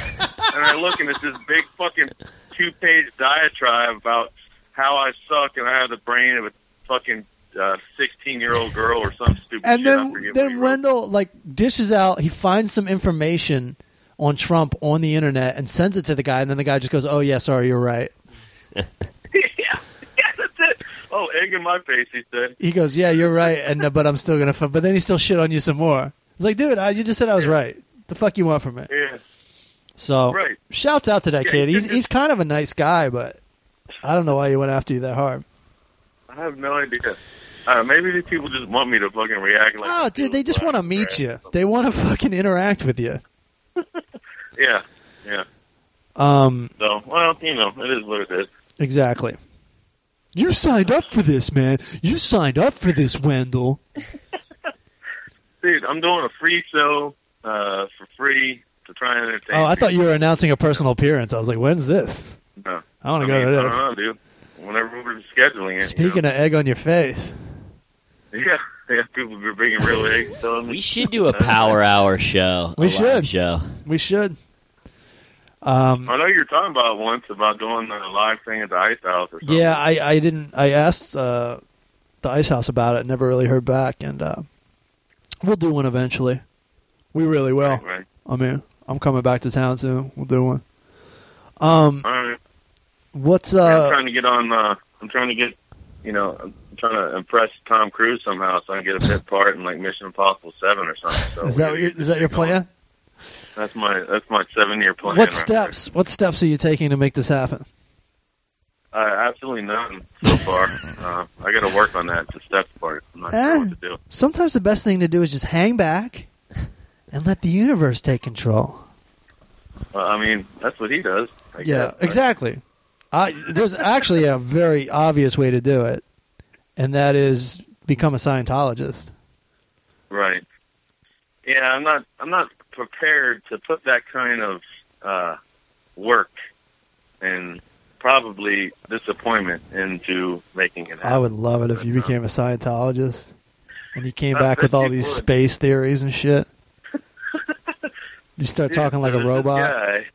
Speaker 6: and I look and it's this big fucking two page diatribe about how I suck and I have the brain of a fucking 16 year old girl or some stupid
Speaker 2: And
Speaker 6: shit. I
Speaker 2: then
Speaker 6: forget what he
Speaker 2: then
Speaker 6: wrote.
Speaker 2: Wendell like dishes out. He finds some information on Trump on the internet and sends it to the guy, and then the guy just goes, "Oh yeah, sorry, you're right."
Speaker 6: yeah, yeah, that's it. Oh, egg in my face, he said.
Speaker 2: he goes, "Yeah, you're right," and uh, but I'm still gonna. F-. But then he still shit on you some more. It's like, dude, I, you just said I was right. The fuck you want from it?
Speaker 6: Yeah.
Speaker 2: So,
Speaker 6: Right.
Speaker 2: shouts out to that
Speaker 6: Yeah,
Speaker 2: kid.
Speaker 6: you
Speaker 2: He's
Speaker 6: couldn't
Speaker 2: he's kind of a nice guy, but I don't know why he went after you that hard.
Speaker 6: I have no idea. Uh, maybe these people just want me to fucking react like.
Speaker 2: Oh, dude, they just want to meet you.
Speaker 6: Right.
Speaker 2: They want to fucking interact with you.
Speaker 6: Yeah, yeah.
Speaker 2: Um,
Speaker 6: So, well, you know, it is what it is.
Speaker 2: exactly. You signed up for this, man. You signed up for this, Wendell.
Speaker 6: Dude, I'm doing a free show uh, for free to try and entertain.
Speaker 2: Oh, I thought
Speaker 6: people.
Speaker 2: you were announcing a personal appearance. I was like, when's this?
Speaker 6: No.
Speaker 2: I want to
Speaker 6: mean, uh,
Speaker 2: go
Speaker 6: I
Speaker 2: to
Speaker 6: don't
Speaker 2: this.
Speaker 6: know, dude. Whenever we were scheduling it.
Speaker 2: Speaking of egg on your face,
Speaker 6: of. Yeah, yeah. People were bringing real eggs. and Telling me.
Speaker 4: We should do a power hour show.
Speaker 2: We
Speaker 4: a live
Speaker 2: should.
Speaker 4: show.
Speaker 2: we should. Um,
Speaker 6: I know you were talking about once about doing a live thing at the ice house or something.
Speaker 2: Yeah, I, I didn't. I asked uh, the Ice House about it. Never really heard back, and uh, we'll do one eventually. We really will.
Speaker 6: Right, right.
Speaker 2: I mean, I'm coming back to town soon. We'll do one. Um,
Speaker 6: All right.
Speaker 2: what's
Speaker 6: Yeah, I'm
Speaker 2: uh?
Speaker 6: trying to get on. Uh, I'm trying to get, you know, I'm trying to impress Tom Cruise somehow, so I can get a bit part in like Mission Impossible Seven or something. So
Speaker 2: Is that what your, is that your plan?
Speaker 6: That's my that's my seven year plan.
Speaker 2: What
Speaker 6: right
Speaker 2: steps? What steps are you taking to make this happen?
Speaker 6: there. Uh, absolutely none so far. uh, I got to work on that. The steps part. I'm not
Speaker 2: Eh?
Speaker 6: sure what to do.
Speaker 2: Sometimes the best thing to do is just hang back and let the universe take control.
Speaker 6: Well, I mean, that's what he does. I
Speaker 2: yeah,
Speaker 6: guess.
Speaker 2: exactly. I, there's actually a very obvious way to do it, and that is become a Scientologist.
Speaker 6: Right. Yeah, I'm not. I'm not prepared to put that kind of uh, work and probably disappointment into making it happen.
Speaker 2: I would love it if you became a Scientologist and you came
Speaker 6: I
Speaker 2: back with
Speaker 6: bet
Speaker 2: all
Speaker 6: you
Speaker 2: these
Speaker 6: would.
Speaker 2: space theories and shit. You start
Speaker 6: Yeah,
Speaker 2: talking like a
Speaker 6: there's this
Speaker 2: robot.
Speaker 6: guy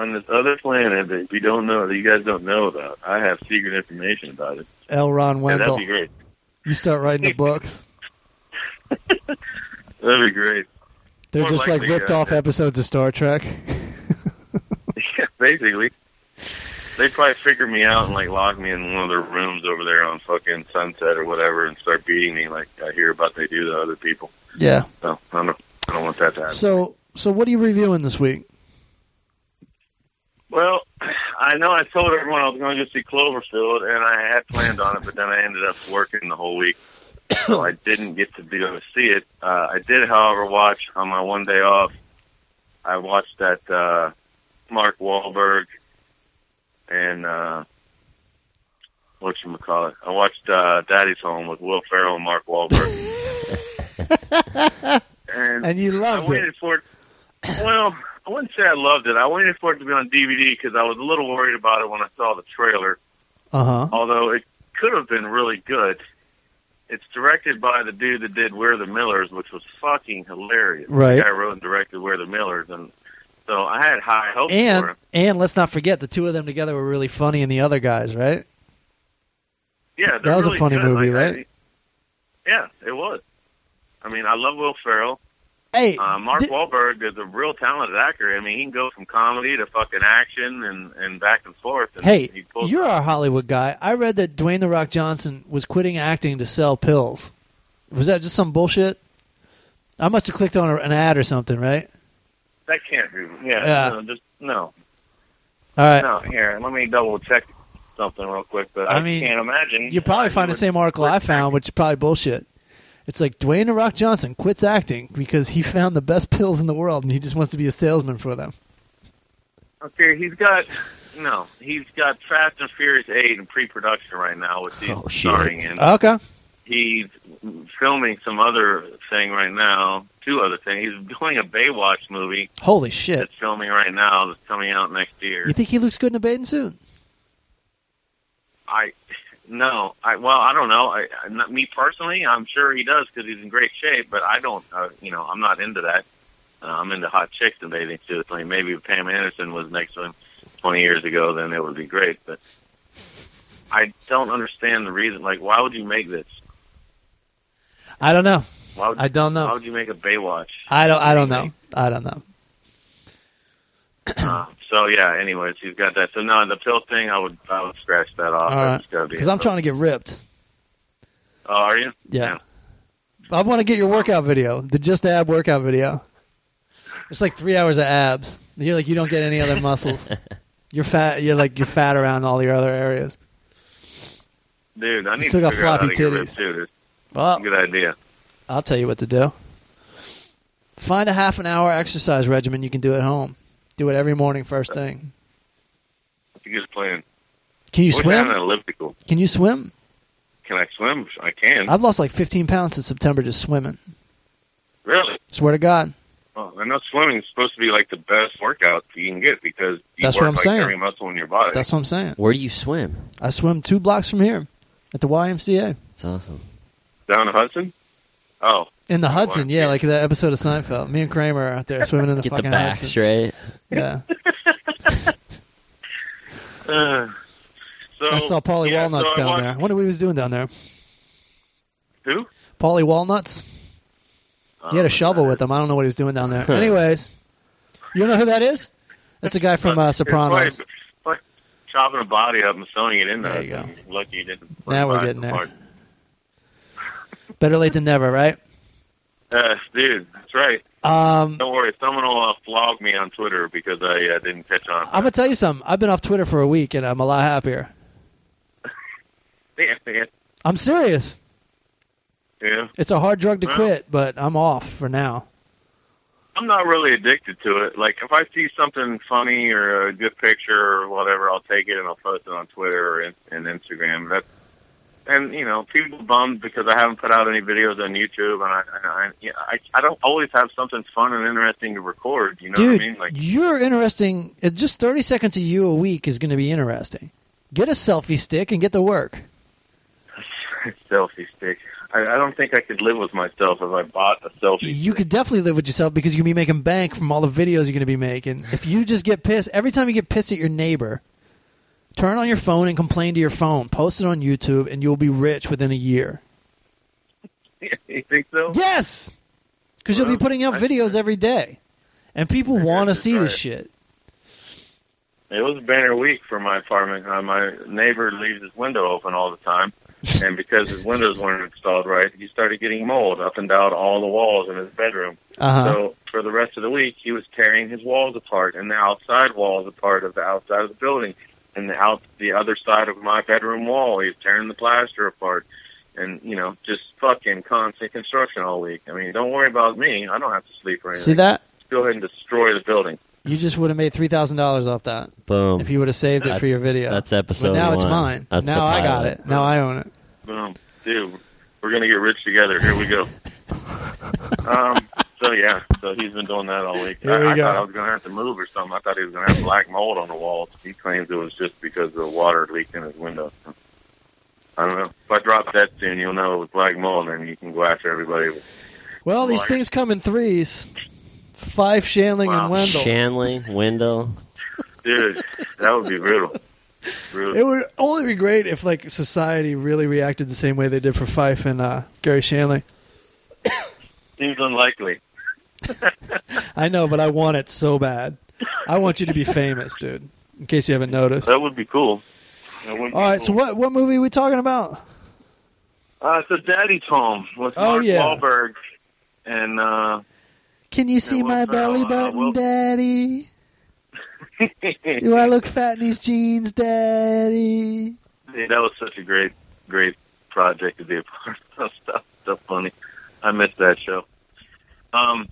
Speaker 6: on this other planet that we don't know, that you guys don't know about. I have secret information about it.
Speaker 2: L. Ron
Speaker 6: Yeah,
Speaker 2: Wendell.
Speaker 6: that'd be great.
Speaker 2: you start writing the books.
Speaker 6: That'd be great.
Speaker 2: They're
Speaker 6: More
Speaker 2: just like
Speaker 6: likely,
Speaker 2: ripped
Speaker 6: yeah.
Speaker 2: off episodes of Star Trek.
Speaker 6: Yeah, basically. They probably figure me out and like lock me in one of their rooms over there on fucking Sunset or whatever, and start beating me like I hear about they do to other people.
Speaker 2: yeah.
Speaker 6: So I don't, I don't want that to happen.
Speaker 2: So, so what are you reviewing this week?
Speaker 6: Well, I know I told everyone I was going to go see Cloverfield, and I had planned on it, but then I ended up working the whole week, so I didn't get to be able to see it. Uh, I did, however, watch on my one day off. I watched that uh, Mark Wahlberg and uh, what you call it? I watched uh, Daddy's Home with Will Ferrell and Mark Wahlberg. and
Speaker 2: And you
Speaker 6: I
Speaker 2: loved it.
Speaker 6: waited for it. Well, I wouldn't say I loved it. I waited for it to be on DVD because I was a little worried about it when I saw the trailer.
Speaker 2: Uh huh.
Speaker 6: Although it could have been really good. It's directed by the dude that did We're the Millers, which was fucking hilarious.
Speaker 2: Right.
Speaker 6: The guy wrote and directed We're the Millers, and so I had high hopes for
Speaker 2: And
Speaker 6: him.
Speaker 2: and let's not forget the two of them together were really funny, and the other guys, right?
Speaker 6: Yeah, they're
Speaker 2: that was a
Speaker 6: really
Speaker 2: funny
Speaker 6: good.
Speaker 2: movie,
Speaker 6: Like, I-
Speaker 2: right?
Speaker 6: yeah, it was. I mean, I love Will Ferrell.
Speaker 2: Hey,
Speaker 6: Uh, Mark
Speaker 2: di-
Speaker 6: Wahlberg is a real talented actor. I mean, he can go from comedy to fucking action and, and back and forth. And
Speaker 2: hey,
Speaker 6: he pulls-
Speaker 2: you're our Hollywood guy. I read that Dwayne the Rock Johnson was quitting acting to sell pills. Was that just some bullshit? I must have clicked on a, an ad or something, right?
Speaker 6: that can't be. Yeah,
Speaker 2: Yeah.
Speaker 6: No, just no,
Speaker 2: All right.
Speaker 6: no. Here, let me double check something real quick. But I,
Speaker 2: I mean,
Speaker 6: can't imagine.
Speaker 2: You probably
Speaker 6: why
Speaker 2: find
Speaker 6: he
Speaker 2: the same article
Speaker 6: quit
Speaker 2: I found, which is probably bullshit. It's like Dwayne The Rock Johnson quits acting because he found the best pills in the world and he just wants to be a salesman for them.
Speaker 6: would- Okay, he's got no. He's got Fast and Furious Eight in pre-production right now, which he's
Speaker 4: Oh, shit.
Speaker 6: starring in.
Speaker 2: Okay.
Speaker 6: he's filming some other thing right now. Two other things. He's doing a Baywatch movie
Speaker 2: Holy shit.
Speaker 6: that's filming right now that's coming out next year.
Speaker 2: You think he looks good in a bathing suit?
Speaker 6: I no, I well, I don't know. I, I not me personally, I'm sure he does because he's in great shape. But I don't, uh, you know, I'm not into that. Uh, I'm into hot chicks and bathing suits. I mean, maybe if Pam Anderson was next to him 20 years ago, then it would be great. But I don't understand the reason. Like, why would you make this?
Speaker 2: I don't know.
Speaker 6: Why would,
Speaker 2: I don't
Speaker 6: Why
Speaker 2: know.
Speaker 6: would you make a Baywatch?
Speaker 2: I don't. I don't know. I don't know.
Speaker 6: Uh, so yeah. Anyways, he's got that. So no, the pill thing, I would, I would scratch that off.
Speaker 2: All right.
Speaker 6: That's gotta be
Speaker 2: Because
Speaker 6: it.
Speaker 2: I'm trying to get ripped.
Speaker 6: Oh, are you?
Speaker 2: Yeah. I want to get your workout video, the just ab workout video. It's like three hours of abs. You're like you don't get any other muscles. You're fat. You're like you're fat around all your other areas.
Speaker 6: Dude, I need
Speaker 2: still
Speaker 6: to
Speaker 2: got
Speaker 6: figure out how
Speaker 2: floppy
Speaker 6: to get
Speaker 2: titties. Uh,
Speaker 6: ripped, too.
Speaker 2: Well,
Speaker 6: That's a good idea.
Speaker 2: I'll tell you what to do. Find a half an hour exercise regimen you can do at home. Do it every morning first thing.
Speaker 6: That's a good plan.
Speaker 2: Can you
Speaker 6: We're down
Speaker 2: swim?
Speaker 6: an elliptical.
Speaker 2: Can you swim?
Speaker 6: Can I swim? I can.
Speaker 2: I've lost like 15 pounds since September just swimming.
Speaker 6: really?
Speaker 2: Swear to God.
Speaker 6: Well, I know swimming is supposed to be like the best workout you can get because you
Speaker 2: That's
Speaker 6: work
Speaker 2: what I'm
Speaker 6: like
Speaker 2: saying.
Speaker 6: every muscle in your body.
Speaker 2: That's what I'm saying.
Speaker 4: Where do you swim?
Speaker 2: I swim two blocks from here at the YMCA
Speaker 4: It's awesome.
Speaker 6: down the Hudson. Oh,
Speaker 2: in the Hudson. Yeah,
Speaker 6: YMCA.
Speaker 2: like that episode of Seinfeld. Me and Kramer are out there swimming in the
Speaker 4: Get the
Speaker 2: fucking
Speaker 4: back
Speaker 2: Hudson.
Speaker 4: straight.
Speaker 2: Yeah,
Speaker 6: uh, so
Speaker 2: I saw Paulie
Speaker 6: yeah,
Speaker 2: Walnuts
Speaker 6: so I
Speaker 2: down
Speaker 6: watched-
Speaker 2: there. I wonder what he was doing down there.
Speaker 6: Who?
Speaker 2: Paulie Walnuts. He
Speaker 6: Oh,
Speaker 2: had a shovel with him. I don't know what he was doing down there. Anyways, you know who that is? That's the guy from uh, Sopranos.
Speaker 6: It's like- like chopping a body up and sewing it in
Speaker 2: There
Speaker 6: there.
Speaker 2: you go.
Speaker 6: Lucky you didn't.
Speaker 2: Now we're getting there. Better late than never, right?
Speaker 6: Uh, dude, that's right.
Speaker 2: Um,
Speaker 6: Don't worry, someone will uh, flog me on Twitter because I uh, didn't catch on.
Speaker 2: I'm gonna tell you something. I've been off Twitter for a week, and I'm a lot happier.
Speaker 6: yeah, yeah,
Speaker 2: I'm serious.
Speaker 6: yeah.
Speaker 2: It's a hard drug to
Speaker 6: Wow.
Speaker 2: quit, but I'm off for now.
Speaker 6: I'm not really addicted to it. Like if I see something funny or a good picture or whatever, I'll take it and I'll post it on Twitter or in, and Instagram. That's and you know people bummed because I haven't put out any videos on YouTube, and I and I, yeah, I I don't always have something fun and interesting to record. You know
Speaker 2: Dude,
Speaker 6: what I mean? Like
Speaker 2: you're interesting. uh, Just 30 seconds of you a week is going to be interesting. Get a selfie stick and get to work.
Speaker 6: selfie stick. I, I don't think I could live with myself if I bought a selfie.
Speaker 2: You could definitely live with yourself because you can be making bank from all the videos you're going to be making. If you just get pissed, every time you get pissed at your neighbor, turn on your phone and complain to your phone. Post it on YouTube, and you'll be rich within a year.
Speaker 6: you think so?
Speaker 2: Yes, because you'll be
Speaker 6: Well,
Speaker 2: putting out
Speaker 6: I-
Speaker 2: videos every day, and people
Speaker 6: I guess
Speaker 2: want to
Speaker 6: you're
Speaker 2: see this
Speaker 6: right.
Speaker 2: shit.
Speaker 6: It was a banner week for my apartment. Uh, my neighbor leaves his window open all the time, and because his windows weren't installed right, he started getting mold up and down all the walls in his bedroom.
Speaker 2: Uh huh.
Speaker 6: So for the rest of the week, he was tearing his walls apart and the outside walls apart of the outside of the building, and the out the other side of my bedroom wall. He's tearing the plaster apart, and you know, just fucking constant construction all week. I mean, don't worry about me. I don't have to sleep or anything.
Speaker 2: See that?
Speaker 6: Just Go ahead and destroy the building.
Speaker 2: You just would have made three thousand dollars off that
Speaker 4: Boom.
Speaker 2: if you would have saved it for
Speaker 4: That's-
Speaker 2: your video.
Speaker 4: that's
Speaker 2: But
Speaker 4: episode
Speaker 2: now it's
Speaker 4: one.
Speaker 2: mine.
Speaker 4: That's the
Speaker 2: now I got
Speaker 4: pilot.
Speaker 2: it. Now I own it.
Speaker 6: Boom. Dude, we're going to get rich together. Here we go. um, so, yeah. So he's been doing that all week.
Speaker 2: Here
Speaker 6: I,
Speaker 2: we
Speaker 6: I
Speaker 2: go.
Speaker 6: thought I was going to have to move or something. I thought he was going to have black mold on the walls. He claims it was just because the water leaked in his window. I don't know. If I drop that soon, you'll know it was black mold, and you can go after everybody. with-
Speaker 2: Well, these
Speaker 6: Liar.
Speaker 2: things come in threes. Five Shanling
Speaker 6: Wow.
Speaker 2: and Wendell.
Speaker 4: Shanley, Wendell.
Speaker 6: Dude, that would be brutal. brutal.
Speaker 2: It would only be great if like society really reacted the same way they did for Fife and uh, Gary Shanley.
Speaker 6: Seems unlikely.
Speaker 2: I know, but I want it so bad. I want you to be famous, dude. In case you haven't noticed.
Speaker 6: That would be cool. That would be
Speaker 2: All right, so
Speaker 6: cool.
Speaker 2: what what movie are we talking about?
Speaker 6: Uh, so Daddy's Home with
Speaker 2: Oh,
Speaker 6: Mark
Speaker 2: yeah.
Speaker 6: Wahlberg and uh,
Speaker 2: Can you see
Speaker 6: Yeah,
Speaker 2: my
Speaker 6: well,
Speaker 2: belly
Speaker 6: uh,
Speaker 2: button,
Speaker 6: well-
Speaker 2: Daddy? Do I look fat in these jeans, Daddy?
Speaker 6: Yeah, that was such a great, great project to be a part of. Stuff, stuff funny. I missed that show. Um,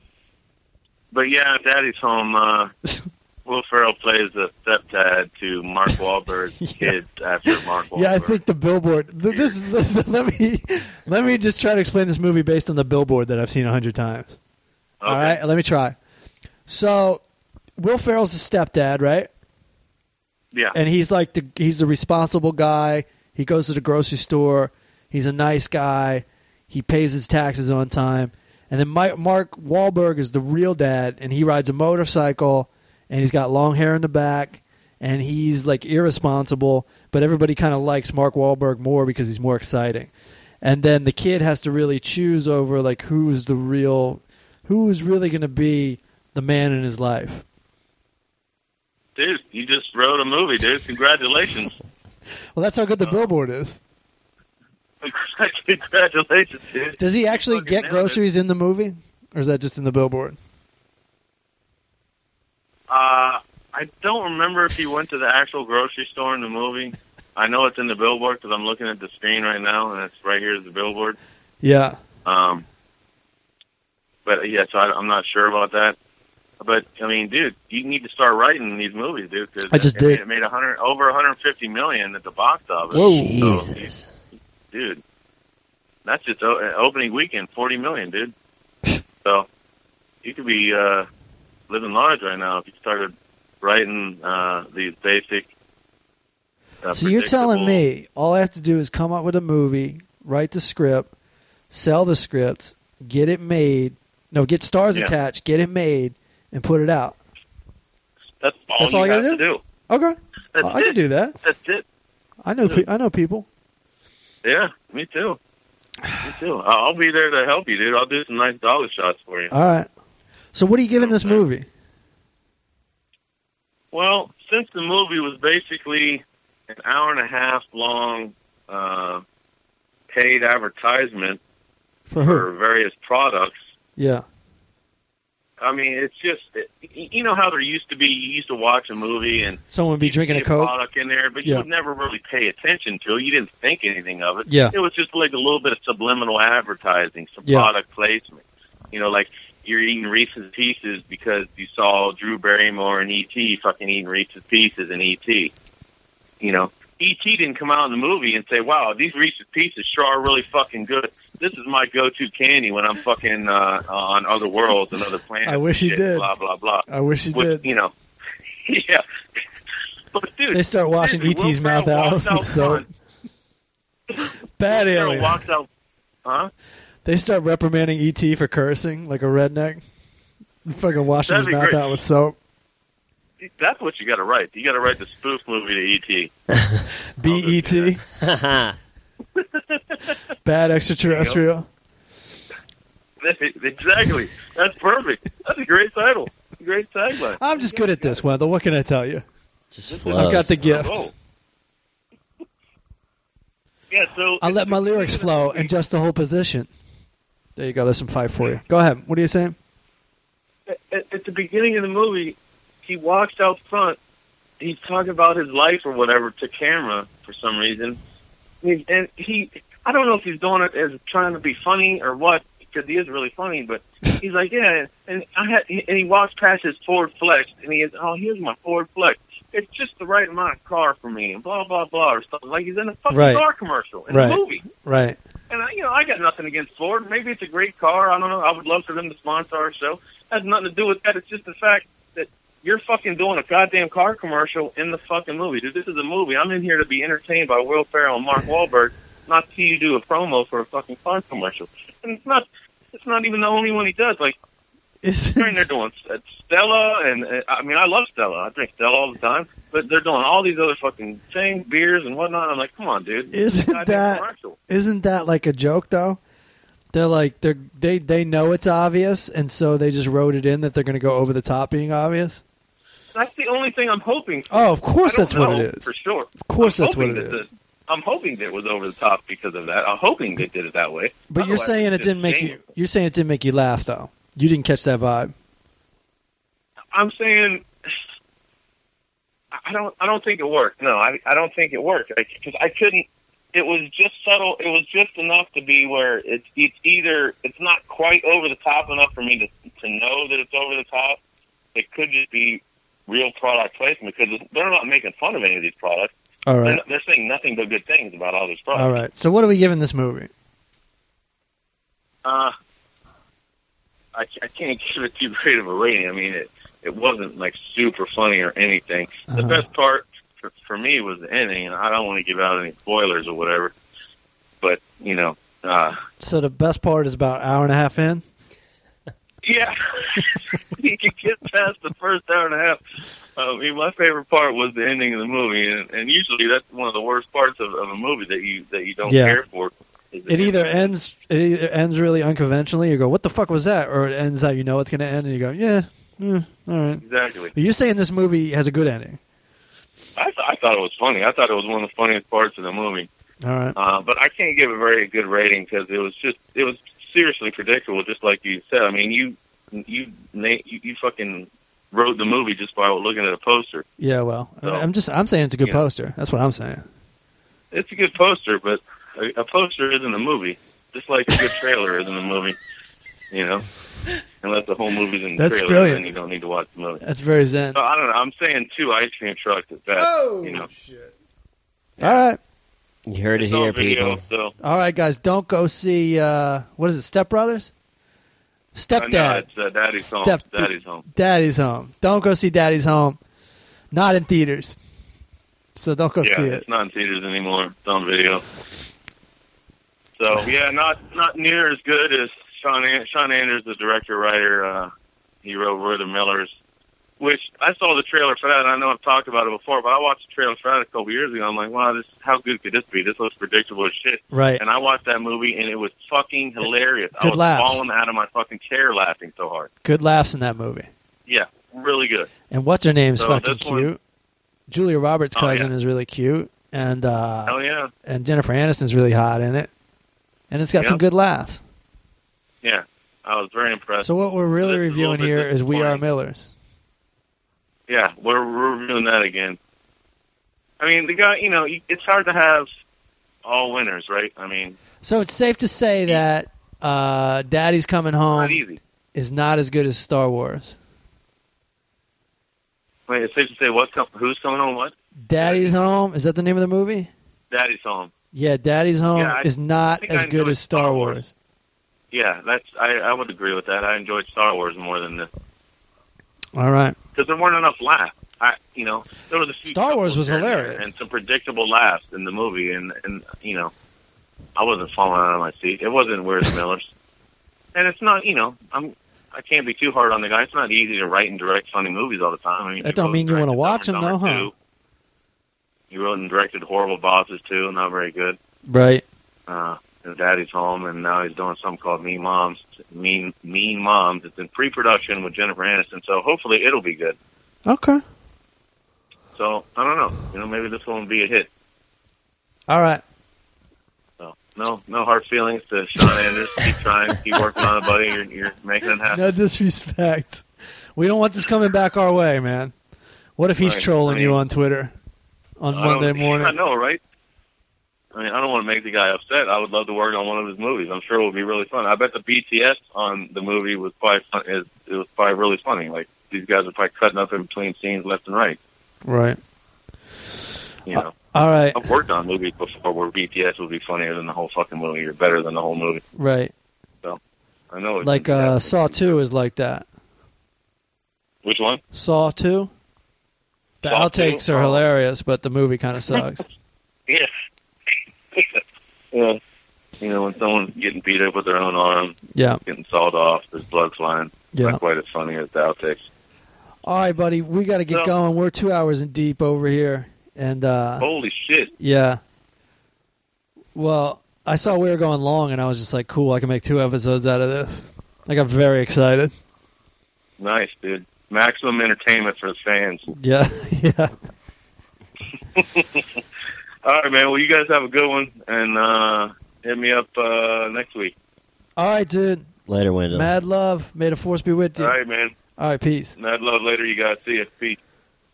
Speaker 6: but yeah, Daddy's Home. Uh, Will Ferrell plays a stepdad to Mark Wahlberg's kids after Mark Wahlberg.
Speaker 2: Yeah, I think the billboard. th- This is, let me let me just try to explain this movie based on the billboard that I've seen a hundred times. All
Speaker 6: Okay.
Speaker 2: right, let me try. So, Will Ferrell's the stepdad, right?
Speaker 6: Yeah.
Speaker 2: and he's like the he's the responsible guy. He goes to the grocery store. He's a nice guy. He pays his taxes on time. And then Mike, Mark Wahlberg is the real dad, and he rides a motorcycle, and he's got long hair in the back, and he's like irresponsible. But everybody kind of likes Mark Wahlberg more because he's more exciting. And then the kid has to really choose over like who is the real, who is really going to be the man in his life.
Speaker 6: dude, you just wrote a movie, dude. Congratulations.
Speaker 2: Well, that's how good the billboard is.
Speaker 6: Congratulations, dude.
Speaker 2: Does he actually
Speaker 6: Fucking
Speaker 2: get
Speaker 6: nailed it.
Speaker 2: groceries in the movie, or is that just in the billboard?
Speaker 6: Uh, I don't remember if he went to the actual grocery store in the movie. I know it's in the billboard because I'm looking at the screen right now, and it's right here is the billboard.
Speaker 2: Yeah,
Speaker 6: Um, but yeah, so I, I'm not sure about that. But I mean, dude, you need to start writing these movies, dude. 'cause
Speaker 2: I just
Speaker 6: it,
Speaker 2: did.
Speaker 6: It made 100 over 150 million at the box office. So,
Speaker 4: Jesus.
Speaker 6: dude, that's just o- uh, opening weekend, 40 million, dude. so you could be uh, living large right now if you started writing uh, these basic. Uh,
Speaker 2: so you're telling
Speaker 6: predictable-
Speaker 2: me all I have to do is come up with a movie, write the script, sell the script, get it made. No, get stars
Speaker 6: Yeah.
Speaker 2: attached, get it made, and put it out.
Speaker 6: that's all
Speaker 2: That's
Speaker 6: you
Speaker 2: all I
Speaker 6: got
Speaker 2: gotta
Speaker 6: to do.
Speaker 2: Okay,
Speaker 6: That's
Speaker 2: I
Speaker 6: it.
Speaker 2: can do that.
Speaker 6: That's it.
Speaker 2: I know, pe- I know people.
Speaker 6: Yeah, me too. Me too. I- I'll be there to help you, dude. I'll do some nice dollar shots for you.
Speaker 2: All right. So what are you giving this movie?
Speaker 6: Well, since the movie was basically an hour and a half long uh, paid advertisement
Speaker 2: For her?
Speaker 6: for various products,
Speaker 2: Yeah.
Speaker 6: I mean, it's just it, y- you know how there used to be. You used to watch a movie and
Speaker 2: Someone would be
Speaker 6: you'd
Speaker 2: drinking
Speaker 6: see
Speaker 2: a coke.
Speaker 6: product in there, but
Speaker 2: Yeah.
Speaker 6: you would never really pay attention to it. You didn't think anything of it.
Speaker 2: Yeah.
Speaker 6: it was just like a little bit of subliminal advertising, some
Speaker 2: Yeah.
Speaker 6: product placement. You know, like you're eating Reese's Pieces because you saw Drew Barrymore and E.T. fucking eating Reese's Pieces and E.T. You know, E.T. didn't come out in the movie and say, "Wow, these Reese's Pieces sure are really fucking good." This is my go-to candy when I'm fucking uh, on other worlds and other planets.
Speaker 2: I wish
Speaker 6: and
Speaker 2: he
Speaker 6: shit,
Speaker 2: did.
Speaker 6: Blah blah blah.
Speaker 2: I wish you
Speaker 6: With,
Speaker 2: did.
Speaker 6: you know, yeah. But dude,
Speaker 2: They start washing
Speaker 6: seriously,
Speaker 2: ET's
Speaker 6: Will
Speaker 2: mouth
Speaker 6: Ferrell
Speaker 2: out.
Speaker 6: walks out
Speaker 2: with soap. Bad
Speaker 6: Will Ferrell
Speaker 2: alien.
Speaker 6: walks out. Huh?
Speaker 2: They start reprimanding ET for cursing like a redneck. Fucking washing
Speaker 6: That'd
Speaker 2: his
Speaker 6: be
Speaker 2: mouth
Speaker 6: great.
Speaker 2: out with soap.
Speaker 6: That's what you got to write. You got to write the spoof movie to E ET.
Speaker 2: B E T. Bad extraterrestrial.
Speaker 6: exactly. That's perfect. That's a great title. Great tagline.
Speaker 2: I'm just good at this, Wendell. What can I tell you?
Speaker 4: Just
Speaker 2: I've
Speaker 4: flows.
Speaker 2: got the
Speaker 6: Oh.
Speaker 2: gift.
Speaker 6: Yeah. So
Speaker 2: I let my lyrics flow and just the whole position. There you go. There's some fight for you. Go ahead. What are you saying?
Speaker 6: at, at the beginning of the movie, he walks out front. He's talking about his life or whatever to camera for some reason. And he, and he I don't know if he's doing it as trying to be funny or what, because he is really funny. But he's like, yeah, and I had, and he walks past his Ford Flex, and he is, oh, here's my Ford Flex. It's just the right amount of car for me, and blah blah blah, or something like he's in a fucking
Speaker 2: Right.
Speaker 6: car commercial in
Speaker 2: Right.
Speaker 6: a movie.
Speaker 2: Right.
Speaker 6: And I, you know, I got nothing against Ford. Maybe it's a great car. I don't know. I would love for them to sponsor our show. Has nothing to do with that. It's just the fact that you're fucking doing a goddamn car commercial in the fucking movie, dude. This is a movie. I'm in here to be entertained by Will Ferrell and Mark Wahlberg, not see you do a promo for a fucking car commercial. And it's not. It's not even the only one he does. Like
Speaker 7: It's,
Speaker 6: they're in there doing uh, Stella, and uh, I mean, I love Stella. I drink Stella all the time. But they're doing all these other fucking things, beers and whatnot. I'm like, come on, dude.
Speaker 2: Isn't
Speaker 6: Goddamn
Speaker 2: that-
Speaker 6: commercial.
Speaker 2: Isn't that like a joke though? They're like they they they know it's obvious, and so they just wrote it in that they're going to go over the top being obvious.
Speaker 6: That's the only thing I'm hoping. For.
Speaker 2: Oh, of course
Speaker 6: I
Speaker 2: that's
Speaker 6: don't
Speaker 2: what
Speaker 6: know
Speaker 2: it is.
Speaker 6: For sure.
Speaker 2: Of course
Speaker 6: I'm
Speaker 2: that's what
Speaker 6: hoping
Speaker 2: it
Speaker 6: that
Speaker 2: is.
Speaker 6: the- I'm hoping that it was over the top because of that. I'm hoping they did it that way.
Speaker 2: But you're
Speaker 6: Otherwise,
Speaker 2: saying it
Speaker 6: it's
Speaker 2: didn't make
Speaker 6: shame.
Speaker 2: you. You're saying it didn't make you laugh though. You didn't catch that vibe.
Speaker 6: I'm saying I- I don't. I don't think it worked. No, I. I don't think it worked because I couldn't. It was just subtle. It was just enough to be where it's. It's either it's not quite over the top enough for me to to know that it's over the top. It could just be real product placement because they're not making fun of any of these products.
Speaker 2: All
Speaker 6: They're
Speaker 2: right.
Speaker 6: not- They're, saying nothing but good things about all these products.
Speaker 2: All right. So what are we giving this movie?
Speaker 6: Uh, I, I can't give it too great of a rating. I mean, it it wasn't like super funny or anything. The
Speaker 2: Uh-huh.
Speaker 6: best part for, for me was the ending, and I don't want to give out any spoilers or whatever. But you know, uh,
Speaker 2: So the best part is about an hour and a half in.
Speaker 6: yeah, you can get past the first hour and a half. Uh, I mean, my favorite part was the ending of the movie, and, and usually that's one of the worst parts of, of a movie that you that you don't
Speaker 2: Yeah.
Speaker 6: care for. is the
Speaker 2: It either
Speaker 6: ending.
Speaker 2: ends it either ends really unconventionally. You go, what the fuck was that? Or it ends how you know it's going to end, and you go, yeah, yeah, all right.
Speaker 6: exactly.
Speaker 2: But you're saying this movie has a good ending.
Speaker 6: I, th- I thought it was funny. I thought it was one of the funniest parts of the movie.
Speaker 2: All right.
Speaker 6: Uh, but I can't give a very good rating because it was just it was seriously predictable, just like you said. I mean, you you na- you, you fucking wrote the movie just by looking at a poster.
Speaker 2: Yeah. Well, I mean,
Speaker 6: So-
Speaker 2: I'm just I'm saying it's a good
Speaker 6: Yeah.
Speaker 2: poster. That's what I'm saying.
Speaker 6: It's a good poster, but a, a poster isn't a movie. Just like a good trailer isn't a movie, you know. Unless the whole movie's in the
Speaker 2: That's
Speaker 6: trailer,
Speaker 2: brilliant.
Speaker 6: then you don't need to watch the movie.
Speaker 2: That's very zen.
Speaker 6: So I don't know. I'm saying two ice cream trucks at best.
Speaker 7: oh,
Speaker 6: you know,
Speaker 7: shit.
Speaker 2: All right.
Speaker 4: You heard it
Speaker 6: it's on
Speaker 4: here,
Speaker 6: video,
Speaker 4: people.
Speaker 6: so
Speaker 2: All right, guys. Don't go see uh, what is it? Step Brothers.
Speaker 6: I know
Speaker 2: Stepdad.
Speaker 6: it's uh, Daddy's home.
Speaker 2: Step-
Speaker 6: Daddy's home.
Speaker 2: Daddy's home. Don't go see Daddy's home. Not in theaters. So don't go
Speaker 6: yeah,
Speaker 2: see it.
Speaker 6: it's not in theaters anymore. It's on video. So yeah, not not near as good as Sean An- Sean Anders, the director writer. Uh, he wrote Roy the Millers, which I saw the trailer for that. And I know I've talked about it before, but I watched the trailer for that a couple years ago. I'm like, wow, this how good could this be? This looks predictable as shit.
Speaker 2: Right.
Speaker 6: And I watched that movie, and it was fucking hilarious. I
Speaker 2: Good
Speaker 6: was
Speaker 2: laughs.
Speaker 6: falling out of my fucking chair laughing so hard.
Speaker 2: Good laughs in that movie.
Speaker 6: Yeah, really good.
Speaker 2: And what's her name's
Speaker 6: So
Speaker 2: fucking
Speaker 6: this one-
Speaker 2: cute. Julia Roberts'
Speaker 6: Oh,
Speaker 2: cousin
Speaker 6: yeah. Oh.
Speaker 2: is really cute, and uh,
Speaker 6: Hell yeah.
Speaker 2: and Jennifer Aniston's really hot in it, and it's got
Speaker 6: Yeah.
Speaker 2: some good laughs.
Speaker 6: Yeah, I was very impressed.
Speaker 2: So what we're really
Speaker 6: This is a little
Speaker 2: reviewing
Speaker 6: bit
Speaker 2: here is We Are
Speaker 6: disappointing.
Speaker 2: Millers.
Speaker 6: Yeah, we're we're reviewing that again. I mean, the guy, you know, you- it's hard to have all winners, right? I mean,
Speaker 2: So it's safe to say that uh, Daddy's Coming
Speaker 6: not
Speaker 2: Home
Speaker 6: easy.
Speaker 2: is not as good as Star Wars.
Speaker 6: Wait, it's safe to say what's com- who's coming home, what
Speaker 2: Daddy's Home is that the name of the movie?
Speaker 6: daddy's home.
Speaker 2: Yeah, Daddy's Home
Speaker 6: Yeah, I
Speaker 2: is not
Speaker 6: think
Speaker 2: as
Speaker 6: I
Speaker 2: good
Speaker 6: enjoyed
Speaker 2: as Star,
Speaker 6: Star
Speaker 2: Wars.
Speaker 6: Wars. Yeah, that's I I would agree with that. I enjoyed Star Wars more than this
Speaker 2: All right,
Speaker 6: because there weren't enough laughs. I you know there was a few
Speaker 2: Star Wars
Speaker 6: chuckles
Speaker 2: was
Speaker 6: here and there
Speaker 2: hilarious.
Speaker 6: and some predictable laughs in the movie, and and you know I wasn't falling out of my seat. It wasn't Where's Miller's, and it's not you know I'm. I can't be too hard on the guy. It's not easy to write and direct funny movies all the time. I mean,
Speaker 2: That
Speaker 6: he
Speaker 2: don't
Speaker 6: wrote
Speaker 2: mean
Speaker 6: and
Speaker 2: you wanna
Speaker 6: directed
Speaker 2: watch
Speaker 6: Dumb and
Speaker 2: 'em, though,
Speaker 6: Dumber
Speaker 2: huh?
Speaker 6: 2. He wrote and directed Horrible Bosses too, not very good.
Speaker 2: right.
Speaker 6: Uh, and Daddy's Home, and now he's doing something called Mean Moms. Mean Mean Moms. It's in pre-production with Jennifer Aniston, so hopefully it'll be good.
Speaker 2: Okay.
Speaker 6: So I don't know. You know, maybe this one will be a hit.
Speaker 2: All right.
Speaker 6: So no, no hard feelings to Sean Anders. Keep trying, keep working on it, buddy. You're, you're making it happen.
Speaker 2: No disrespect. We don't want this coming back our way, man. What if he's
Speaker 6: Right.
Speaker 2: trolling
Speaker 6: I mean-
Speaker 2: you on Twitter on
Speaker 6: I don't-
Speaker 2: Monday
Speaker 6: I
Speaker 2: morning?
Speaker 6: know, right? I mean, I don't want to make the guy upset. I would love to work on one of his movies. I'm sure it would be really fun. I bet the BTS on the movie was probably fun, is it was probably really funny. Like these guys are probably cutting up in between scenes left and right.
Speaker 2: Right.
Speaker 6: You know,
Speaker 2: All right.
Speaker 6: I've worked on movies before where BTS would be funnier than the whole fucking movie or better than the whole movie.
Speaker 2: Right.
Speaker 6: I know. it-
Speaker 2: Like uh, Saw Two is like that.
Speaker 6: Which one?
Speaker 2: Saw Two. The
Speaker 6: Saw
Speaker 2: outtakes
Speaker 6: 2?
Speaker 2: are
Speaker 6: Oh.
Speaker 2: hilarious, but the movie kind of sucks.
Speaker 6: Yeah. yeah. You know, when someone's getting beat up with their own arm,
Speaker 2: yeah.
Speaker 6: getting sawed off, there's blood flying.
Speaker 2: Yeah.
Speaker 6: Not quite as funny as the outtakes.
Speaker 2: All right, buddy. We got to get
Speaker 6: No.
Speaker 2: going. We're two hours in deep over here, and uh,
Speaker 6: Holy shit.
Speaker 2: yeah. Well, I saw we were going long, and I was just like, "Cool, I can make two episodes out of this." I got very excited.
Speaker 6: Nice, dude. Maximum entertainment for the fans.
Speaker 2: Yeah, yeah.
Speaker 6: All right, man. Well, you guys have a good one, and uh, hit me up uh, next week.
Speaker 2: All right, dude.
Speaker 4: Later, Wendell.
Speaker 2: Mad love. May the force be with you.
Speaker 6: All right, man.
Speaker 2: All right peace.
Speaker 6: Mad love later. You guys see you. Peace.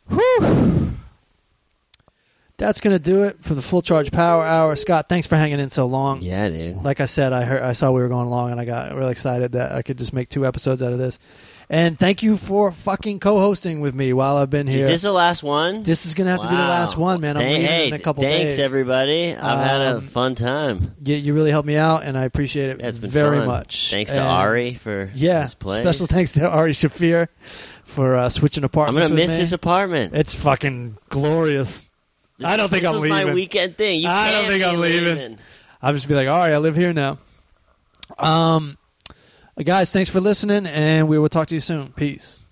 Speaker 2: Whew. That's gonna do it for the full charge power hour. Scott, thanks for hanging in so long.
Speaker 4: Yeah, dude.
Speaker 2: Like I said, I heard, I saw we were going long, and I got really excited that I could just make two episodes out of this. And thank you for fucking co-hosting with me while I've been here.
Speaker 4: Is this the last one?
Speaker 2: This is gonna have to be the
Speaker 4: Wow.
Speaker 2: last one, man. I'm
Speaker 4: Thank-
Speaker 2: leaving
Speaker 4: hey,
Speaker 2: in a couple
Speaker 4: thanks,
Speaker 2: days.
Speaker 4: everybody. I've had a
Speaker 2: Um,
Speaker 4: fun time.
Speaker 2: You, you really helped me out, and I appreciate it
Speaker 4: That's been
Speaker 2: very
Speaker 4: fun.
Speaker 2: much.
Speaker 4: Thanks to
Speaker 2: And-
Speaker 4: Ari for
Speaker 2: Yeah,
Speaker 4: his play.
Speaker 2: special thanks to Ari Shafir for uh, switching
Speaker 4: I'm
Speaker 2: apartments.
Speaker 4: gonna
Speaker 2: with
Speaker 4: miss
Speaker 2: me.
Speaker 4: this apartment.
Speaker 2: It's fucking glorious. I don't think
Speaker 4: this
Speaker 2: I'm
Speaker 4: was my
Speaker 2: leaving.
Speaker 4: weekend thing. You
Speaker 2: I don't
Speaker 4: can't
Speaker 2: think
Speaker 4: be
Speaker 2: I'm leaving. I'll just be like, all right, I live here now. Um, guys, thanks for listening, and we will talk to you soon. Peace.